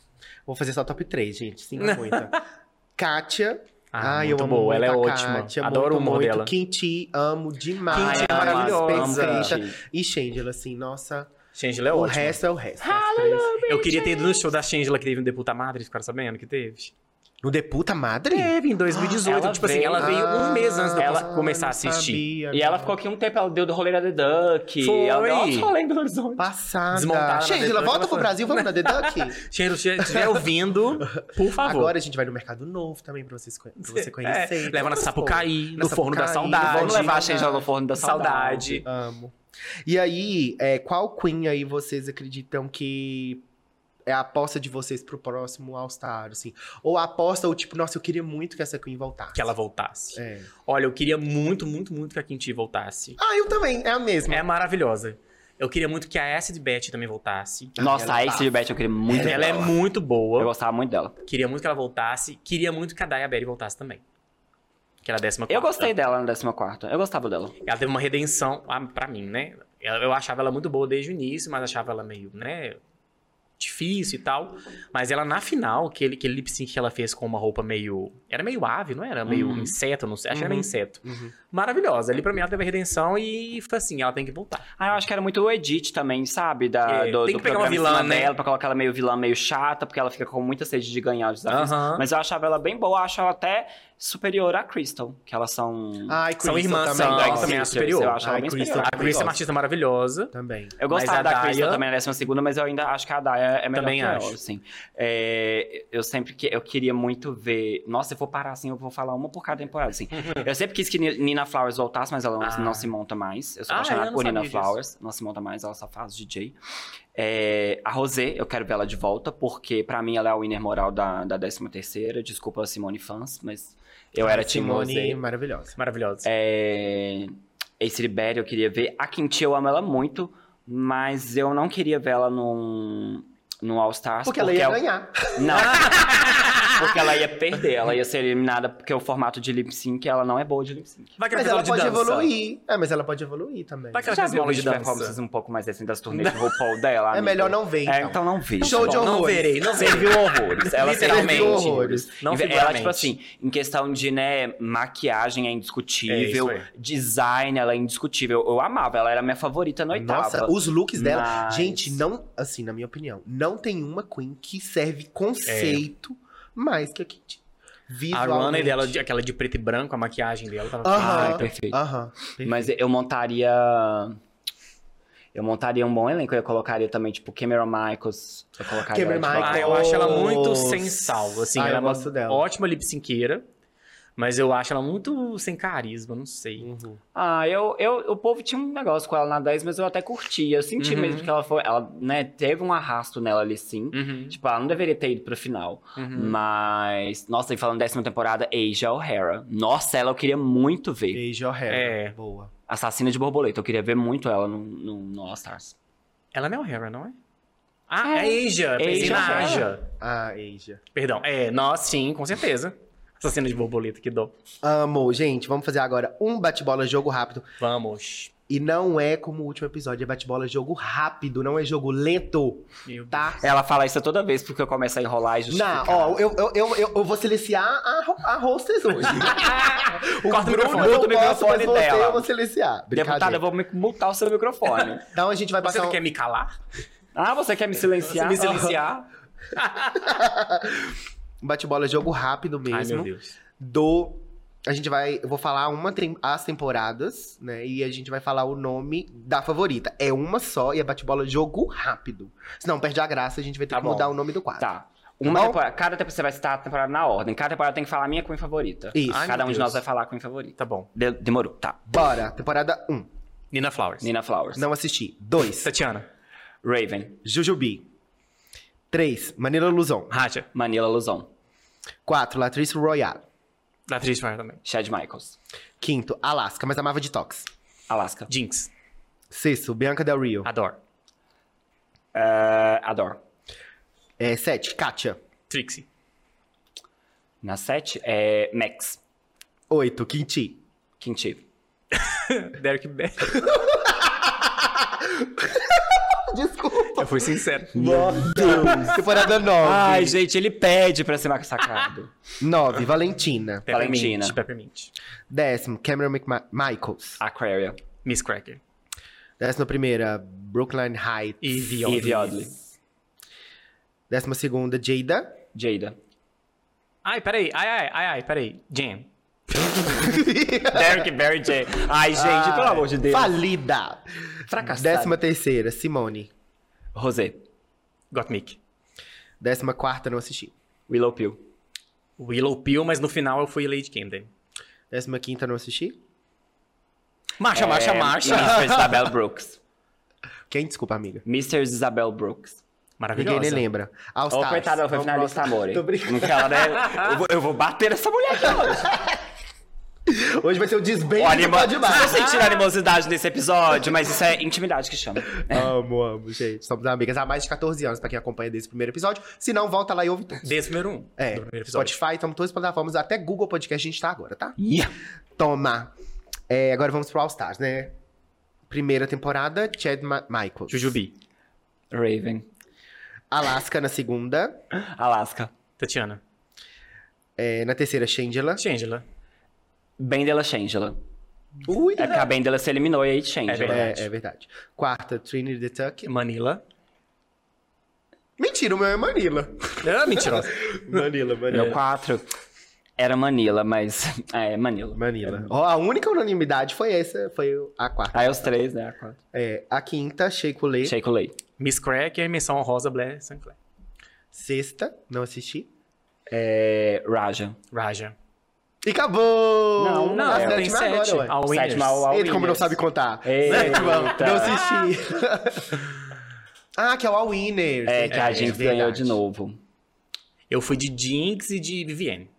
Vou fazer só top 3, gente. 5 muita. Kátia. Ah, Ai, muito eu amo muito boa, ela é a ótima. Kátia, Adoro o muito, humor muito. dela. Kinti, amo demais. Kinti é Ai, amo, maravilhosa. amo Perfeita. Kinti. E Shangela, assim, nossa. Shangela é o ótima. resto é o resto. as três. Eu queria ter ido no show da Shangela que teve no Deputa Madre, ficaram sabendo que teve? No Deputa Madre? Ah, Teve, em 2018. Ela tipo assim, veio- É. Ah, ela veio um mês antes de eu ela- começar a não assistir. sabia, E ela não. ficou aqui um tempo, ela deu do rolê da The Duck. Foi. Ela deu um rolê do horizonte. Passada. Desmontada na Shangela, Deduck, volta ela pro foi- Brasil, vamos na Deduck? Shangela, se estiver ouvindo, por favor. Agora a gente vai no Mercado Novo também, pra, vocês, conhe- pra você conhecer. É, leva na Outras Sapucaí, Na no Forno da Sapucaí, Saudade. Vamos levar a Saudade. Shangela no forno da saudade. Saudade. Amo. E aí, é, qual Queen aí vocês acreditam que é a aposta de vocês pro próximo All Star, assim? Ou a aposta, ou tipo, nossa, eu queria muito que essa Queen voltasse. Que ela voltasse. É. Olha, eu queria muito, muito, muito que a Quinti voltasse. Ah, eu também, é a mesma. É maravilhosa. Eu queria muito que a Acid Betty também voltasse. Nossa, Ela a Ace de Beth eu queria muito ela é dela. muito Eu boa. gostava muito dela. Queria muito que ela voltasse. Queria muito que a Daya Berry voltasse também. Que era a décima Eu quarta. gostei dela na 14. Eu gostava dela. Ela teve uma redenção ah, pra mim, né? Eu eu achava ela muito boa desde o início, mas achava ela meio, né? Difícil e tal. Mas ela, na final, aquele, aquele lip sync que ela fez com uma roupa meio. Era meio ave, não era? Meio Uhum. inseto, não sei. Acho que era Uhum. inseto. Uhum. Maravilhosa. Ali pra mim ela teve a redenção e foi assim: ela tem que voltar. Ah, eu acho que era muito o Edit também, sabe? Da, É, do, tem que do programa pegar uma em vilã, cima né? dela, pra colocar ela meio vilã, meio chata, porque ela fica com muita sede de ganhar os desafios. Aham. Mas eu achava ela bem boa, eu acho ela até superior à Crystal, que elas são. Ai, São Crystal irmãs, também. são, gosto. ela também é sisters, superior. Eu acho ela Ai, bem Crystal. superior. A Chris é uma artista maravilhosa. Também. Eu Mas gostava a da Daya- Crystal também, ela é segunda, mas eu ainda acho que a Daya é melhor Também que ela, acho. assim. É, eu sempre que, eu queria muito ver... Nossa, se eu for parar assim, eu vou falar uma por cada temporada, assim. eu sempre quis que Ni- Nina Flowers voltasse, mas ela não, Ah. não se monta mais. Eu sou Ah, apaixonada eu não por Nina sabia disso. Flowers, não se monta mais, ela só faz DJ. É, a Rosé, eu quero ver ela de volta, porque pra mim ela é o winner moral da, da 13ª. Desculpa, Simone Fans, mas eu era Team Rosé. Simone, maravilhosa. Maravilhosa. É... Ace Libério eu queria ver. A Quinti eu amo ela muito, mas eu não queria ver ela num, num All Stars. Porque ela ia é eu- ganhar. Não. porque ela ia perder, ela ia ser eliminada porque o formato de lip sync ela não é boa de lip sync. Vai que Mas fez ela aula de pode dança. evoluir. É, mas ela pode evoluir também. É Vai que ela Já fez viu o uma aula de vídeo da dança. vocês um pouco mais assim das turnês do RuPaul dela? É amiga? melhor não ver, então. É, tá então não vi. Show de Bom, horrores. Não verei, não verei. Serviu horrores. Ela Literalmente. serviu horrores. Não ela, figuramente. tipo assim, em questão de, né, maquiagem é É, isso indiscutível, aí. design ela é indiscutível. Eu amava, ela era minha favorita na oitava. Nossa, os looks dela. Mas- Gente, não, assim, na minha opinião, não tem uma Queen que serve conceito mais que a Kitty. A Runner Visualmente. dela, de- aquela de preto e branco, a maquiagem dela tava Aham. Ai, perfeita. perfeito. Aham. Ah, Mas eu montaria. Eu montaria um bom elenco. Eu colocaria também, tipo, Cameron Michaels. Eu colocaria. Cameron ela de Michaels. Ah, volta. eu acho ela muito Nossa. sem sal, assim. Ah, eu ela é uma gosto dela. ótima lip synceira, mas eu acho ela muito sem carisma, não sei. Ah, eu, eu, o povo tinha um negócio com ela na 10, mas eu até curti. Eu senti Uhum. mesmo que ela foi. Ela, né, teve um arrasto nela ali sim. Uhum, Tipo, ela não deveria ter ido pra final. uhum. Mas. Nossa, e falando décima temporada, Asia O'Hara. Nossa, ela eu queria muito ver. Beijo, O'Hara. É. Boa. Assassina de borboleta. Eu queria ver muito ela no, no, no All Stars. Ela não é o Hera, não é? Ah, é É. Asia. Pensei Asia na O'Hara. Aja. Ah, Asia. Perdão. É, nós sim, com certeza. Essa cena de borboleta que dou. Amo, gente. Vamos fazer agora um bate-bola jogo rápido. Vamos. E não é como o último episódio, é bate-bola jogo rápido, não é jogo lento, Meu Deus. tá? Ela fala isso toda vez porque eu começo a enrolar e justificar. Não, ó, eu, eu, eu, eu, eu vou silenciar a, ro- a hostess hoje. o Corta o Bruno microfone, não bota o posso, mas microfone você dela. eu vou silenciar. Deputada, Brincadeira. eu vou me- mutar o seu microfone. Então a gente vai Você passar não um... quer é me calar? ah, você quer me silenciar? me silenciar? um bate-bola jogo rápido mesmo. Ai, meu Deus. do. A gente vai. Eu vou falar uma tem- as temporadas, né? E a gente vai falar o nome da favorita. É uma só e é bate-bola jogo rápido. Senão perde a graça, a gente vai ter Tá que bom. mudar o nome do quadro. Tá. Uma Tá bom? temporada, cada temporada, você vai citar a temporada na ordem. Cada temporada tem que falar a minha queen favorita. Isso. Cada Ai, um meu de Deus. nós vai falar a queen favorita. Tá bom. De- demorou. Tá. Bora. Temporada 1. Nina Flowers. Nina Flowers. Não assisti. 2. Tatiana. Raven. Jujubi. 3. Manila Luzon. Raja. Manila Luzon. 4. Latrice Royale. Da atriz Flowers também. Chad Michaels. Quinto, Alaska, mas amava detox. Alaska. Jinx. Sexto, Bianca Del Rio. Adore. Eh, Adore. É, sete, Kátia. Trixie. Na 7 é Max. Oito, Quinti. Kinchi. Derek Bell. Desculpa. Eu fui sincero. Meu Deus. Temporada nove. Ai, gente, ele pede pra ser massacrado. Nove, Valentina. Valentina. Peppermint. Peppermint. Décimo, Cameron McMichaels. Aquaria. Miss Cracker. Décima primeira, Brooklyn Heights. E Viola. Eve Oddly. Décima segunda, Jada. Jada. Ai, peraí. Ai, ai, ai, ai, peraí. Jam. Derek Barry J. Ai, gente, pelo amor de Deus. Falida. Fracassada. Décima terceira, Simone. Rosé. Gottmik. Décima quarta, não assisti. Willow Pill. Willow Pill, mas no final eu fui Lady Camden. Décima quinta, não assisti. Marcha, marcha, marcha. Mr. É, Isabel Brooks. Quem? Desculpa, amiga. Mr. Isabel Brooks. Ninguém Maravilhosa. nem lembra. All Ô, Stars. coitada, ela foi Tá, Vamos finalista, próximo. amor. Tô brincando. Ela, né? eu, vou, eu vou bater nessa mulher aqui hoje. Hoje vai ser o desbem Ô, do animo... Vocês demais. sentiram animosidade nesse episódio, mas isso é intimidade que chama. Amo, amo, gente. Somos amigas há mais de 14 anos, pra quem acompanha desse primeiro episódio. Se não, volta lá e ouve tudo. Desse número um. É, Do primeiro episódio. Spotify, estamos todas as plataformas, até Google Podcast a gente tá agora, tá? Yeah. Toma. É, agora vamos pro All Stars, né? Primeira temporada, Chad Ma Michaels. Jujubi. Raven. Alaska na segunda. Alaska. Tatiana. É, na terceira, Shangela. Shangela. Ben Della Shangela. Ui! É porque a Ben Della se eliminou e aí Shangela. É verdade. É, é verdade. Quarta, Trinity the Tuck. Manila. Mentira, o meu é Manila. Ah, mentirosa. Manila, Meu 4 era Manila, mas. É, Manila. Manila. Ó, a única unanimidade foi essa, foi a quarta. Aí os três, né? A quatro. É, a quinta, Shake Lay. Shake Lay. Miss Cracker, menção honrosa, Blair St. Clair. Sexta, não assisti. É, Raja. Raja. E acabou! Não, não, a é, sétima tem agora, sete. ué. A Winners. Sétima, a Ele, como não Winners. sabe contar. Eita. Sétima, não assisti. ah, que é o All Winners. É, que a É, Jinx verdade. ganhou de novo. Eu fui de Jinx e de Vivienne.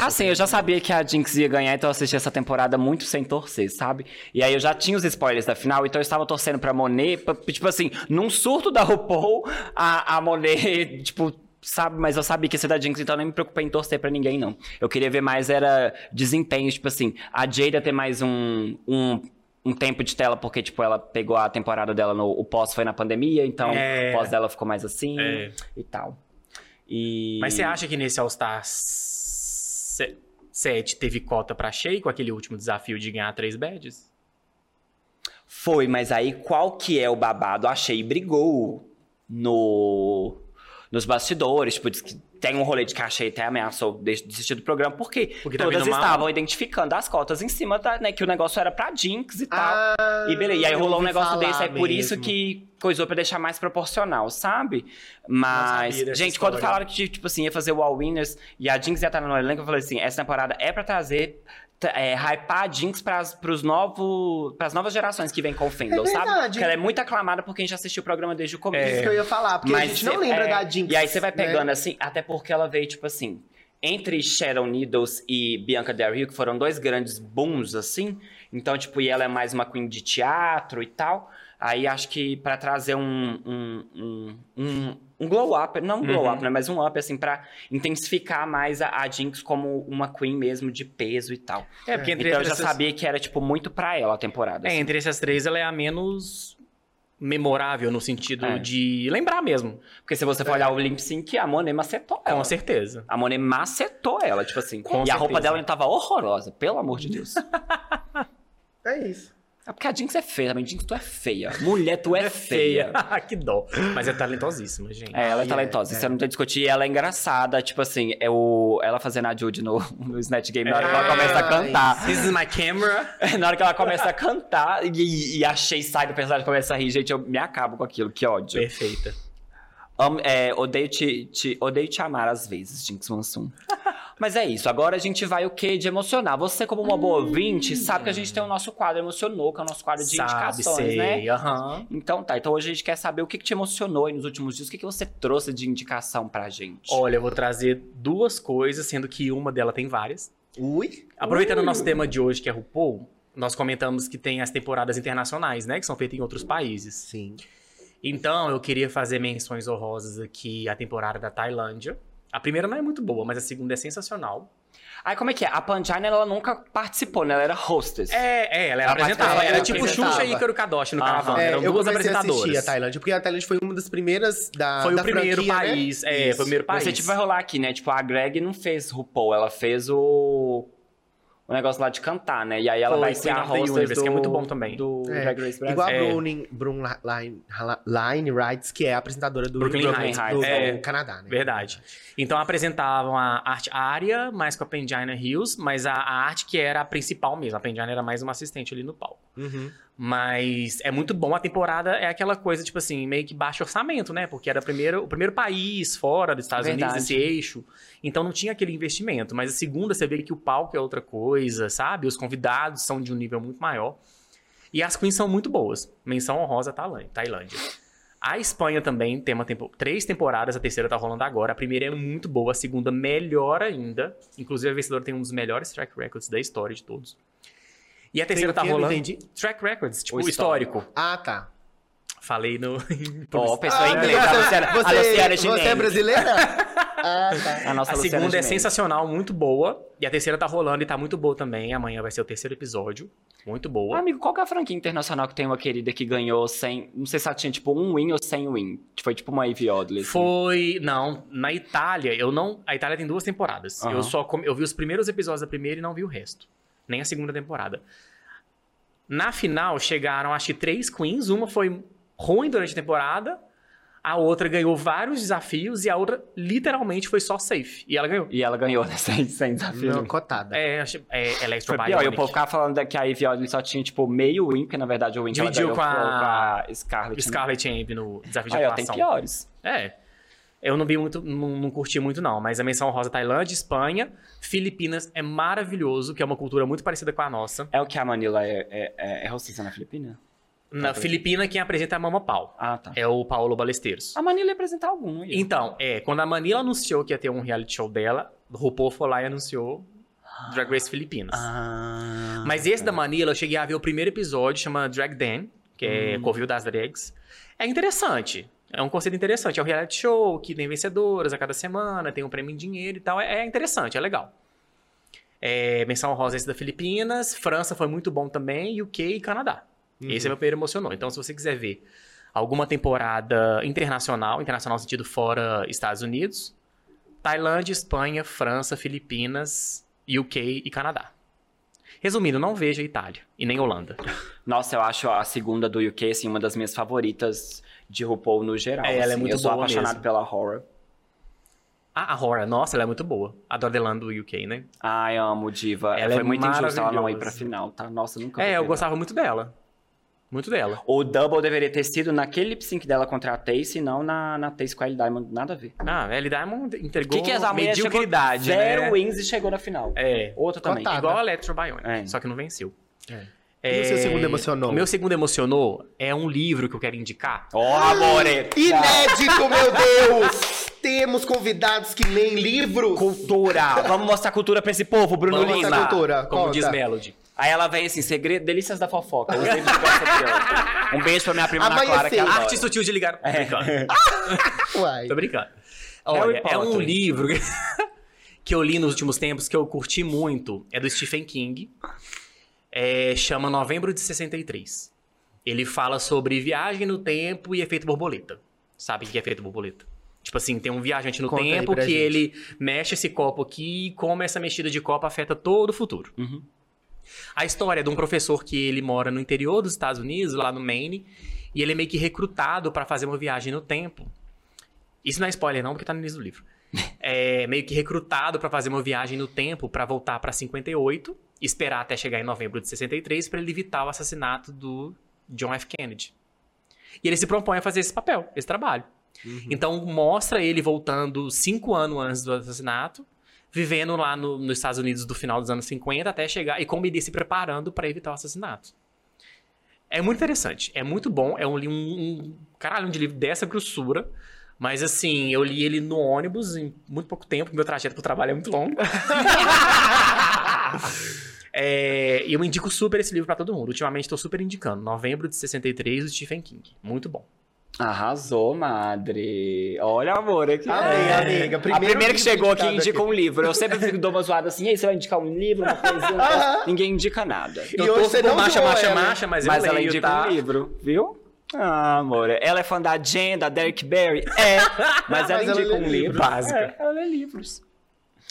Assim, eu já sabia que a Jinx ia ganhar, então eu assisti essa temporada muito sem torcer, sabe? E aí eu já tinha os spoilers da final, então eu estava torcendo pra Monet, pra- tipo assim, num surto da RuPaul, a, a Monet, tipo, sabe? Mas eu sabia que ia ser da Jinx, então eu nem me preocupei em torcer pra ninguém, não. Eu queria ver mais, era desempenho, tipo assim, a Jada ter mais um. um um tempo de tela, porque, tipo, ela pegou a temporada dela no. O pós foi na pandemia, então É. o pós dela ficou mais assim É. e tal. E. Mas você acha que nesse All-Star 7 teve cota pra Shea com aquele último desafio de ganhar três badges? Foi, mas aí qual que é o babado? A Shea brigou no nos bastidores, tipo, diz que tem um rolê de que a Shea até ameaçou des- desistir do programa, porque, Porque tá todas vindo mal. estavam identificando as cotas em cima da, né, que o negócio era pra Jinx e tal. Ah, E beleza, e aí eu rolou um ouvi negócio falar desse, aí por mesmo. isso que coisou pra deixar mais proporcional, sabe? Não Mas, sabia dessa gente, quando história. falaram que, tipo assim, ia fazer o All Winners e a Jinx ia estar no elenco, eu falei assim, essa temporada é pra trazer, t- é, hypar a Jinx pras, pros novo, pras novas gerações que vem com o Fendel, É sabe? verdade. Porque ela é muito aclamada por quem já assistiu o programa desde o Isso começo. É. que eu ia falar, porque a gente É. cê- não lembra é, da Jinx. E aí você vai né? pegando assim, até porque ela veio, tipo assim, entre Sharon Needles e Bianca Del Rio, que foram dois grandes booms, assim. Então, tipo, e ela é mais uma queen de teatro e tal. Aí acho que pra trazer um, um, um, um, um glow up, não um glow Uhum. up, né? Mas um up, assim, pra intensificar mais a, a Jinx como uma queen mesmo de peso e tal. É, porque entre, Então eu essas, já sabia que era, tipo, muito pra ela a temporada. é, assim. entre essas três, ela é a menos memorável no sentido É. de lembrar mesmo. Porque se você for olhar o Limp Sync, a Monet macetou ela. É. né? Com certeza. A Monet macetou ela, tipo assim. Com e a roupa certeza. dela tava horrorosa, pelo amor de Deus. É isso. É porque a Jinx é feia também. Jinx, tu é feia. Mulher, tu é feia. que dó. Mas é talentosíssima, gente. É, ela é E talentosa, é, isso eu não tem que discutir. E ela é engraçada, tipo assim, é o... ela fazendo a Jude no, no Snatch Game na hora que ela Ah, começa a cantar. This is my camera. Na hora que ela começa a cantar e, e a Shay sai do personagem e começa a rir, gente, eu me acabo com aquilo, que ódio. Perfeita. Amo- é, odeio, te, te- odeio te amar às vezes, Jinx Monsoon. Mas é isso, agora a gente vai o quê? De emocionar. Você, como uma boa ouvinte, sabe que a gente tem o nosso quadro Emocionou, que é o nosso quadro de indicações, né? aham. Então tá, então hoje a gente quer saber o que, que te emocionou aí nos últimos dias, o que, que você trouxe de indicação pra gente. Olha, eu vou trazer duas coisas, sendo que uma dela tem várias. Ui. Aproveitando o nosso tema de hoje, que é RuPaul, nós comentamos que tem as temporadas internacionais, né? Que são feitas em outros países. Sim. Então, eu queria fazer menções honrosas aqui à temporada da Tailândia. A primeira não é muito boa, mas a segunda é sensacional. Aí como é que é? A Panjana, ela nunca participou, né? Ela era hostess. É, é ela, Ela apresentava. participava, Era ela tipo apresentava. Xuxa e Ícaro Kadoshi no Aham. caravana. É, Eram eu duas comecei a assistir a apresentadoras. Tailândia, porque a Tailândia foi uma das primeiras da Foi o da primeiro franquia, né? país. É, foi o primeiro Mas país. você tipo, vai rolar aqui, né? Tipo, a Greg não fez RuPaul, ela fez o... O negócio lá de cantar, né? E aí ela Foi, vai ser Queen a of the hostess Universe, do... que é muito bom também. Do É, Drag Race Brasil. Igual a É. Broonin, Brun Line, Line Rights, que é a apresentadora do Brooklyn Heights. do, É. do Canadá, né? Verdade. Então apresentavam a arte área, mais com a Pengina Hills, mas a, a arte que era a principal mesmo. A Pengina era mais uma assistente ali no palco. Uhum. Mas é muito bom. A temporada é aquela coisa, tipo assim, meio que baixo orçamento, né? Porque era a primeira- o primeiro país fora dos Estados Verdade. Unidos, esse eixo. Então não tinha aquele investimento. Mas a segunda, você vê que o palco é outra coisa, sabe? Os convidados são de um nível muito maior. E as queens são muito boas. Menção honrosa à Tailândia- Tailândia. A Espanha também tem uma tempo- três temporadas, a terceira tá rolando agora. A primeira é muito boa, a segunda melhor ainda. Inclusive, a vencedora tem um dos melhores track records da história de todos. E a terceira o tá quê? Não rolando. entendi. Track records, tipo, O histórico. histórico. Ah, tá. Falei no. Ó, pessoa Ah, inglesa, a Luciana, a Luciana você, você é Gimenez. brasileira? ah, tá. A nossa A Luciana segunda é Gimenez. sensacional, muito boa. E a terceira tá rolando e tá muito boa também. Amanhã vai ser o terceiro episódio. Muito boa. Amigo, qual que é a franquia internacional que tem uma querida que ganhou sem... Não sei se ela tinha, tipo, um win ou sem win. que Foi tipo uma Ivy Odley. assim. Foi. Não, na Itália, eu não. A Itália tem duas temporadas. Aham. Eu só come- eu vi os primeiros episódios da primeira e não vi o resto. Nem a segunda temporada. Na final chegaram, acho que três queens. Uma foi ruim durante a temporada. A outra ganhou vários desafios e a outra literalmente foi só safe. E ela ganhou. E ela ganhou, né? Sem, sem desafio. Não, cotada. É, achei- é Foi Electro pior, e o povo ficava falando que a Ivy Odley só tinha, tipo, meio win, porque na verdade o win que ela Dividiu ganhou com a- foi com a Scarlett. né? Scarlett Amp no desafio de Aí, ó, tem atuação. piores. é. Eu não vi muito, não, não curti muito não, mas a menção rosa é Tailândia, Espanha, Filipinas é maravilhoso, que é uma cultura muito parecida com a nossa. É o que a Manila é, é, é, é hostessa na Filipina? Na Tá bem. Filipina quem apresenta é a Mama Pau, Ah, tá. é o Paulo Balesteiros. A Manila ia apresentar algum, não ia? Então, é, quando a Manila anunciou que ia ter um reality show dela, RuPaul foi lá e anunciou Drag Race Filipinas. Ah, Mas esse da Manila, eu cheguei a ver o primeiro episódio, chama Drag Den, que é Covil das Drags. É interessante. É um conceito interessante. É um reality show que tem vencedoras a cada semana, tem um prêmio em dinheiro e tal. É, é interessante, é legal. É, menção rosa esse da Filipinas, França foi muito bom também, UK e Canadá. Esse é meu primeiro emocionou. Então, se você quiser ver alguma temporada internacional, internacional no sentido fora Estados Unidos, Tailândia, Espanha, França, Filipinas, UK e Canadá. Resumindo, não veja Itália e nem Holanda. Nossa, eu acho a segunda do UK, assim, uma das minhas favoritas de RuPaul no geral. É, ela é assim. muito Eu sou boa apaixonado mesmo. pela horror. Ah, a Hora, nossa, ela é muito boa. A Dordelan do UK, né? Ai, amo Diva. Ela Foi é muito injusta ela não ir maravilhosa. pra final, tá? Nossa, nunca vou É, eu perdoar. gostava muito dela. Muito dela. O double deveria ter sido naquele lip sync dela contra a Tace, e não na, na Tace com a Ellie Diamond. Nada a ver. Ah, Ellie Diamond O entregou que, que essa mulher chegou mediocridade, zero né? wins e chegou na final. É, Outro também. Cotada. igual a Electro Bionic, É. só que não venceu. É. E o seu segundo emocionou? O meu segundo emocionou é um livro que eu quero indicar. Ó, amore! Inédito, meu Deus! Temos convidados que leem livros. Cultura! Vamos mostrar a cultura pra esse povo, Bruno Vamos Lima! mostrar a cultura. Como conta. diz Melody. Aí ela vem assim, segredo, delícias da fofoca. Eu sempre gosto de criança. Um beijo pra minha prima Ana Clara, que Amanhecer. ela Arte sutil de ligar. Brincando. Uai. Tô brincando. Harry Olha, é um Potter. livro que eu li nos últimos tempos que eu curti muito. É do Stephen King. É, chama Novembro de 63. Ele fala sobre viagem no tempo e efeito borboleta. Sabe o que é efeito borboleta? Tipo assim, tem um viajante no Conta aí tempo que pra gente. ele mexe esse copo aqui e como essa mexida de copo afeta todo o futuro. Uhum. A história é de um professor que ele mora no interior dos Estados Unidos, lá no Maine, e ele é meio que recrutado pra fazer uma viagem no tempo. Isso não é spoiler não, porque tá no início do livro. É meio que recrutado pra fazer uma viagem no tempo pra voltar pra 58, esperar até chegar em novembro de 63 pra ele evitar o assassinato do John F. Kennedy. E ele se propõe a fazer esse papel, esse trabalho. Então mostra ele voltando cinco anos antes do assassinato, vivendo lá no- nos Estados Unidos do final dos anos 50 até chegar e como ele ia se preparando para evitar o assassinato. É muito interessante, é muito bom, é um, li- um, um caralho um de livro dessa grossura. Mas assim, eu li ele no ônibus em muito pouco tempo, meu trajeto pro trabalho é muito longo. É, E eu indico super esse livro para todo mundo. Ultimamente tô super indicando. Novembro de 63, do Stephen King. Muito bom. Arrasou, madre. Olha, amor, aqui. Amei, amiga. A Primeiro primeira que livro chegou aqui indicado indica um livro. Eu sempre fico dou uma zoada assim, aí você vai indicar um livro, uma coisa, um negócio?" Aham. ninguém indica nada. E hoje torço você por não marcha, zoou marcha, ela. né? marcha, mas, Mas eu ela leio, indica tá? um livro, viu? Ah, amor. Ela é fã da agenda, Derek Barry? É. Mas ela ela indica lê um livros. livro. Básica. É, ela lê livros.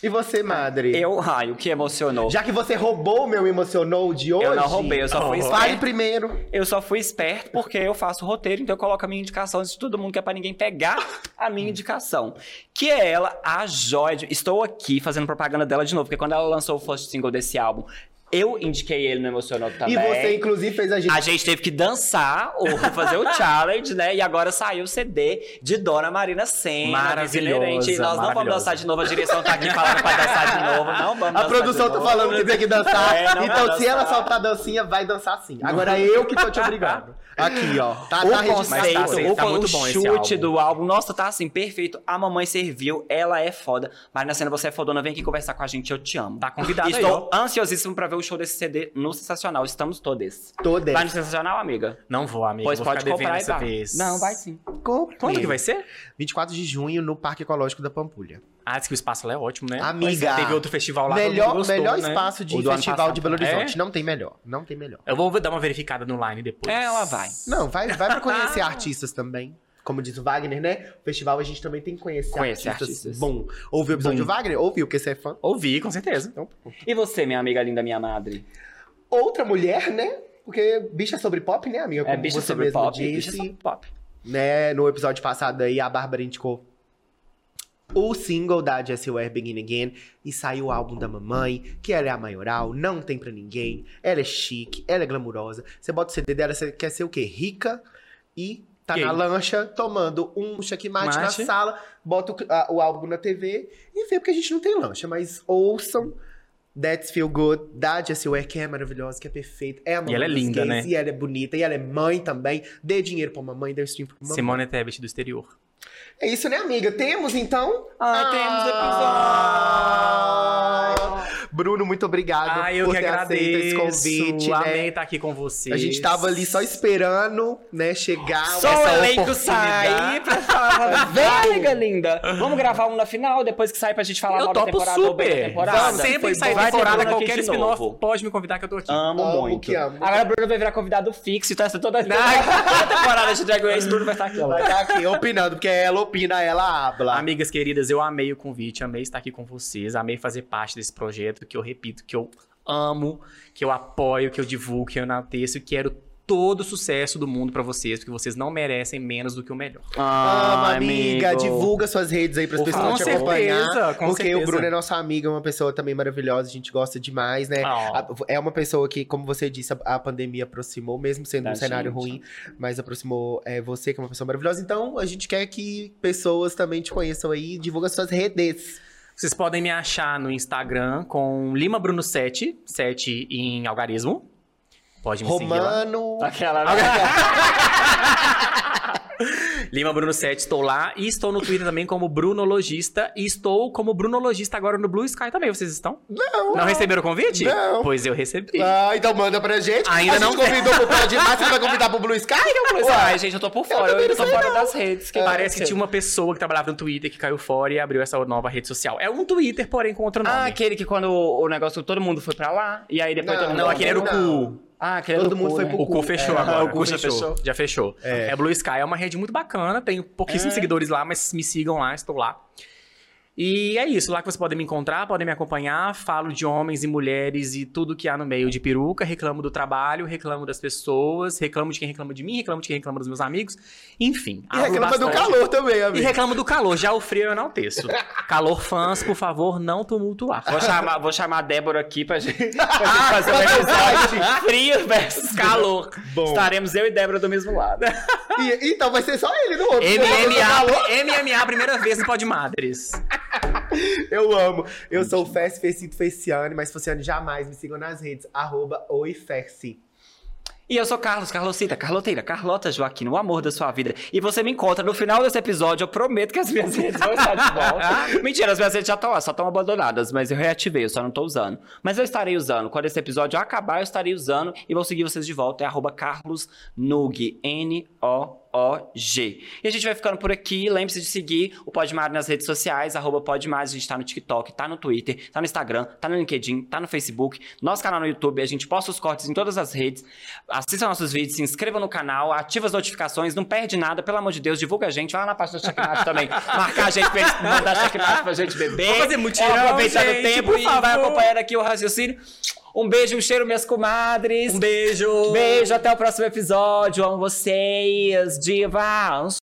E você, madre? Eu, ai, o que emocionou? Já que você roubou o meu emocionou de hoje. eu não roubei, eu só fui Fale esperto. primeiro. Eu só fui esperto porque eu faço roteiro, então eu coloco a minha indicação antes de todo mundo, que é pra ninguém pegar a minha indicação. Que é ela, a joia. de- Estou aqui fazendo propaganda dela de novo, porque quando ela lançou o first single desse álbum, eu indiquei ele no Emocionou também. E você, inclusive, fez a gente. A gente teve que dançar, ou fazer o challenge, né? E agora saiu o CD de Dona Marina Senna, Maravilhosa, Itinerante. E Nós não vamos maravilhosa. dançar de novo, a direção tá aqui falando pra dançar de novo. Não vamos A dançar produção de tá novo. falando que tem que dançar. É, não então, vai se ela dançar. soltar a dancinha, vai dançar sim. Agora é eu que tô te obrigando. Aqui, ó. Tá, o conceito, tá registrado. Mas tá aceito, o, tá con- muito então, o bom esse chute álbum. do álbum. Nossa, tá assim, perfeito. A mamãe serviu, ela é foda. Marina Senna, você é fodona, vem aqui conversar com a gente, eu te amo. Tá convidado aí, Estou ansiosíssimo pra ver o show desse CD no Sensacional. Estamos todos. Toda Vai no Sensacional, amiga? Não vou, amigo. pois vou pode ficar devendo comprar e essa vai. vez. Não, vai sim. é. Quando que vai ser? 24 de junho no Parque Ecológico da Pampulha. Ah, diz que o espaço lá é ótimo, né? Amiga. Mas Teve outro festival lá. todo melhor mundo gostou, melhor né? espaço de O do ano festival de passado. Belo Horizonte. É? Não tem melhor. Não tem melhor. Eu vou dar uma verificada no line depois. Ela vai. Não, vai, vai pra conhecer artistas também. Como diz o Wagner, né? O festival a gente também tem que conhecer Conhecer artistas. artistas. Bom, ouviu o episódio de Wagner? Ouviu, porque você é fã. Ouvi, com certeza. Então, pronto. E você, minha amiga linda, minha madre? Outra mulher, né? Porque bicha sobre pop, né, amiga? É Como bicha você sobre mesmo pop, disse. bicha sobre pop. né, no episódio passado aí, a Bárbara indicou o single da Jessie Ware, Begin Again, e saiu o álbum da mamãe, que ela é a maioral, não tem pra ninguém, ela é chique, ela é glamurosa. Você bota o CD dela, você quer ser o quê? Rica e tá Gay. na lancha tomando um checkmate na Mate. sala, bota o, a- o álbum na TV e vê, porque a gente não tem lancha, mas ouçam. That's Feel Good, da Jessie Ware, que é maravilhosa, que é perfeita. É a mamãe ela é dos linda, gays, né? E ela é bonita, e ela é mãe também. Dê dinheiro pra mamãe, dê um stream pra mamãe. Simone Tebet do exterior. É isso, né, amiga? Temos, então? Ai, temos episódio! Bruno, muito obrigado Ah, eu por que ter aceito agradeço. esse convite, Amei né? estar aqui com vocês. A gente tava ali só esperando, né, chegar Só o essa elenco oportunidade. sair pra falar. Vem, amiga linda. Vamos gravar um na final, depois que sair pra gente falar Eu mal da topo temporada ou bem da super. temporada. Vamos, Sempre Foi que sair bom. Vai ter temporada, Bruno aqui qualquer de spin-off, novo. pode me convidar que eu tô aqui. Amo, Amo, muito. que amo. Agora o Bruno vai virar convidado fixo, então essa toda, toda temporada de Drag Race, Bruno vai estar aqui. ó. Vai estar tá aqui opinando, porque ela opina, ela habla. Amigas queridas, eu amei o convite, amei estar aqui com vocês, amei fazer parte desse projeto que eu repito, que eu amo, que eu apoio, que eu divulgo, que eu enalteço e quero todo o sucesso do mundo pra vocês, porque vocês não merecem menos do que o melhor. Ama, Ai, amiga. Ah, amigo. Divulga suas redes aí pras Por pessoas favor. te Com acompanhar. certeza, com porque o certeza. Bruno é nossa amiga, é uma pessoa também maravilhosa, a gente gosta demais, né? Ah. A- É uma pessoa que, como você disse, a, a pandemia aproximou, mesmo sendo Da um cenário gente. ruim, mas aproximou é, você, que é uma pessoa maravilhosa. Então, a gente quer que pessoas também te conheçam aí. Divulga suas redes. Vocês podem me achar no Instagram com Lima Bruno 7, 7 em algarismo. Pode me seguir lá. Tá. né? Romano. Aquela. Agora- Lima Bruno 7, estou lá. E estou no Twitter também como Brunologista. E estou como Brunologista agora no Blue Sky também. Vocês estão? Não. Não receberam o convite? Não. Pois eu recebi. Ah, então manda pra gente. Ainda a não gente convidou pro Pod Mar, você vai convidar pro Blue Sky? Ai, Uai. gente, eu tô por Eu fora. Eu, também ainda não tô sei fora das redes. que um Parece que tinha uma pessoa que trabalhava no Twitter que caiu fora e abriu essa nova rede social. É um Twitter, porém com outro nome. Ah, aquele que quando o o negócio, todo mundo foi pra lá, e aí depois Não, todo mundo... não, aquele era o não. cu. Ah, aquele Todo era o mundo cu, foi né? pro O cu fechou É, agora. o cu já fechou. fechou. Já fechou. É. É. Blue Sky, é uma rede muito bacana. Tenho pouquíssimos É. seguidores lá, mas me sigam lá, estou lá. E é isso, lá que vocês podem me encontrar, podem me acompanhar. Falo de homens e mulheres e tudo que há no meio de peruca. Reclamo do trabalho, reclamo das pessoas, reclamo de quem reclama de mim, reclamo de quem reclama dos meus amigos. Enfim. E abro reclama do bastante. calor também, E amigo. reclamo do calor, já o frio eu não teço. Calor fãs, por favor, não tumultuar. Vou chamar, vou chamar a Débora aqui pra gente, pra gente fazer um Ah, episódio frio versus calor. Bom. Estaremos eu e Débora do mesmo lado. E- então vai ser só ele no outro. Tá MMA, MMA, primeira vez no Pod Madres. Eu amo. Eu sou o Fest, Fecito, Feciane, mas Feciane jamais me sigam nas redes. Arroba Oi Feci. E eu sou Carlos, Carlosita, Carloteira, Carlota Joaquim, o amor da sua vida. E você me encontra no final desse episódio, eu prometo que as minhas redes vão estar de volta. Mentira, as minhas redes já estão lá, só estão abandonadas, mas eu reativei, eu só não tô usando. Mas eu estarei usando, quando esse episódio acabar, eu estarei usando e vou seguir vocês de volta, é arroba Carlos Nug, N-O-O-G. E a gente vai ficando por aqui, lembre-se de seguir o Podmar nas redes sociais, arroba Podmar, a gente tá no TikTok, tá no Twitter, tá no Instagram, tá no LinkedIn, tá no Facebook, nosso canal no YouTube, a gente posta os cortes em todas as redes, assista nossos vídeos, se inscreva no canal, ativa as notificações, não perde nada, pelo amor de Deus, divulga a gente, vai lá na página do Checkmate também, marcar a gente pra eles mandar Checkmate pra gente beber, Vamos fazer mutirão, É, aproveitando o gente, tempo por e favor. vai acompanhando aqui o raciocínio. Um beijo, um cheiro, minhas comadres. Um beijo. Beijo, até o próximo episódio. Amo vocês, divas.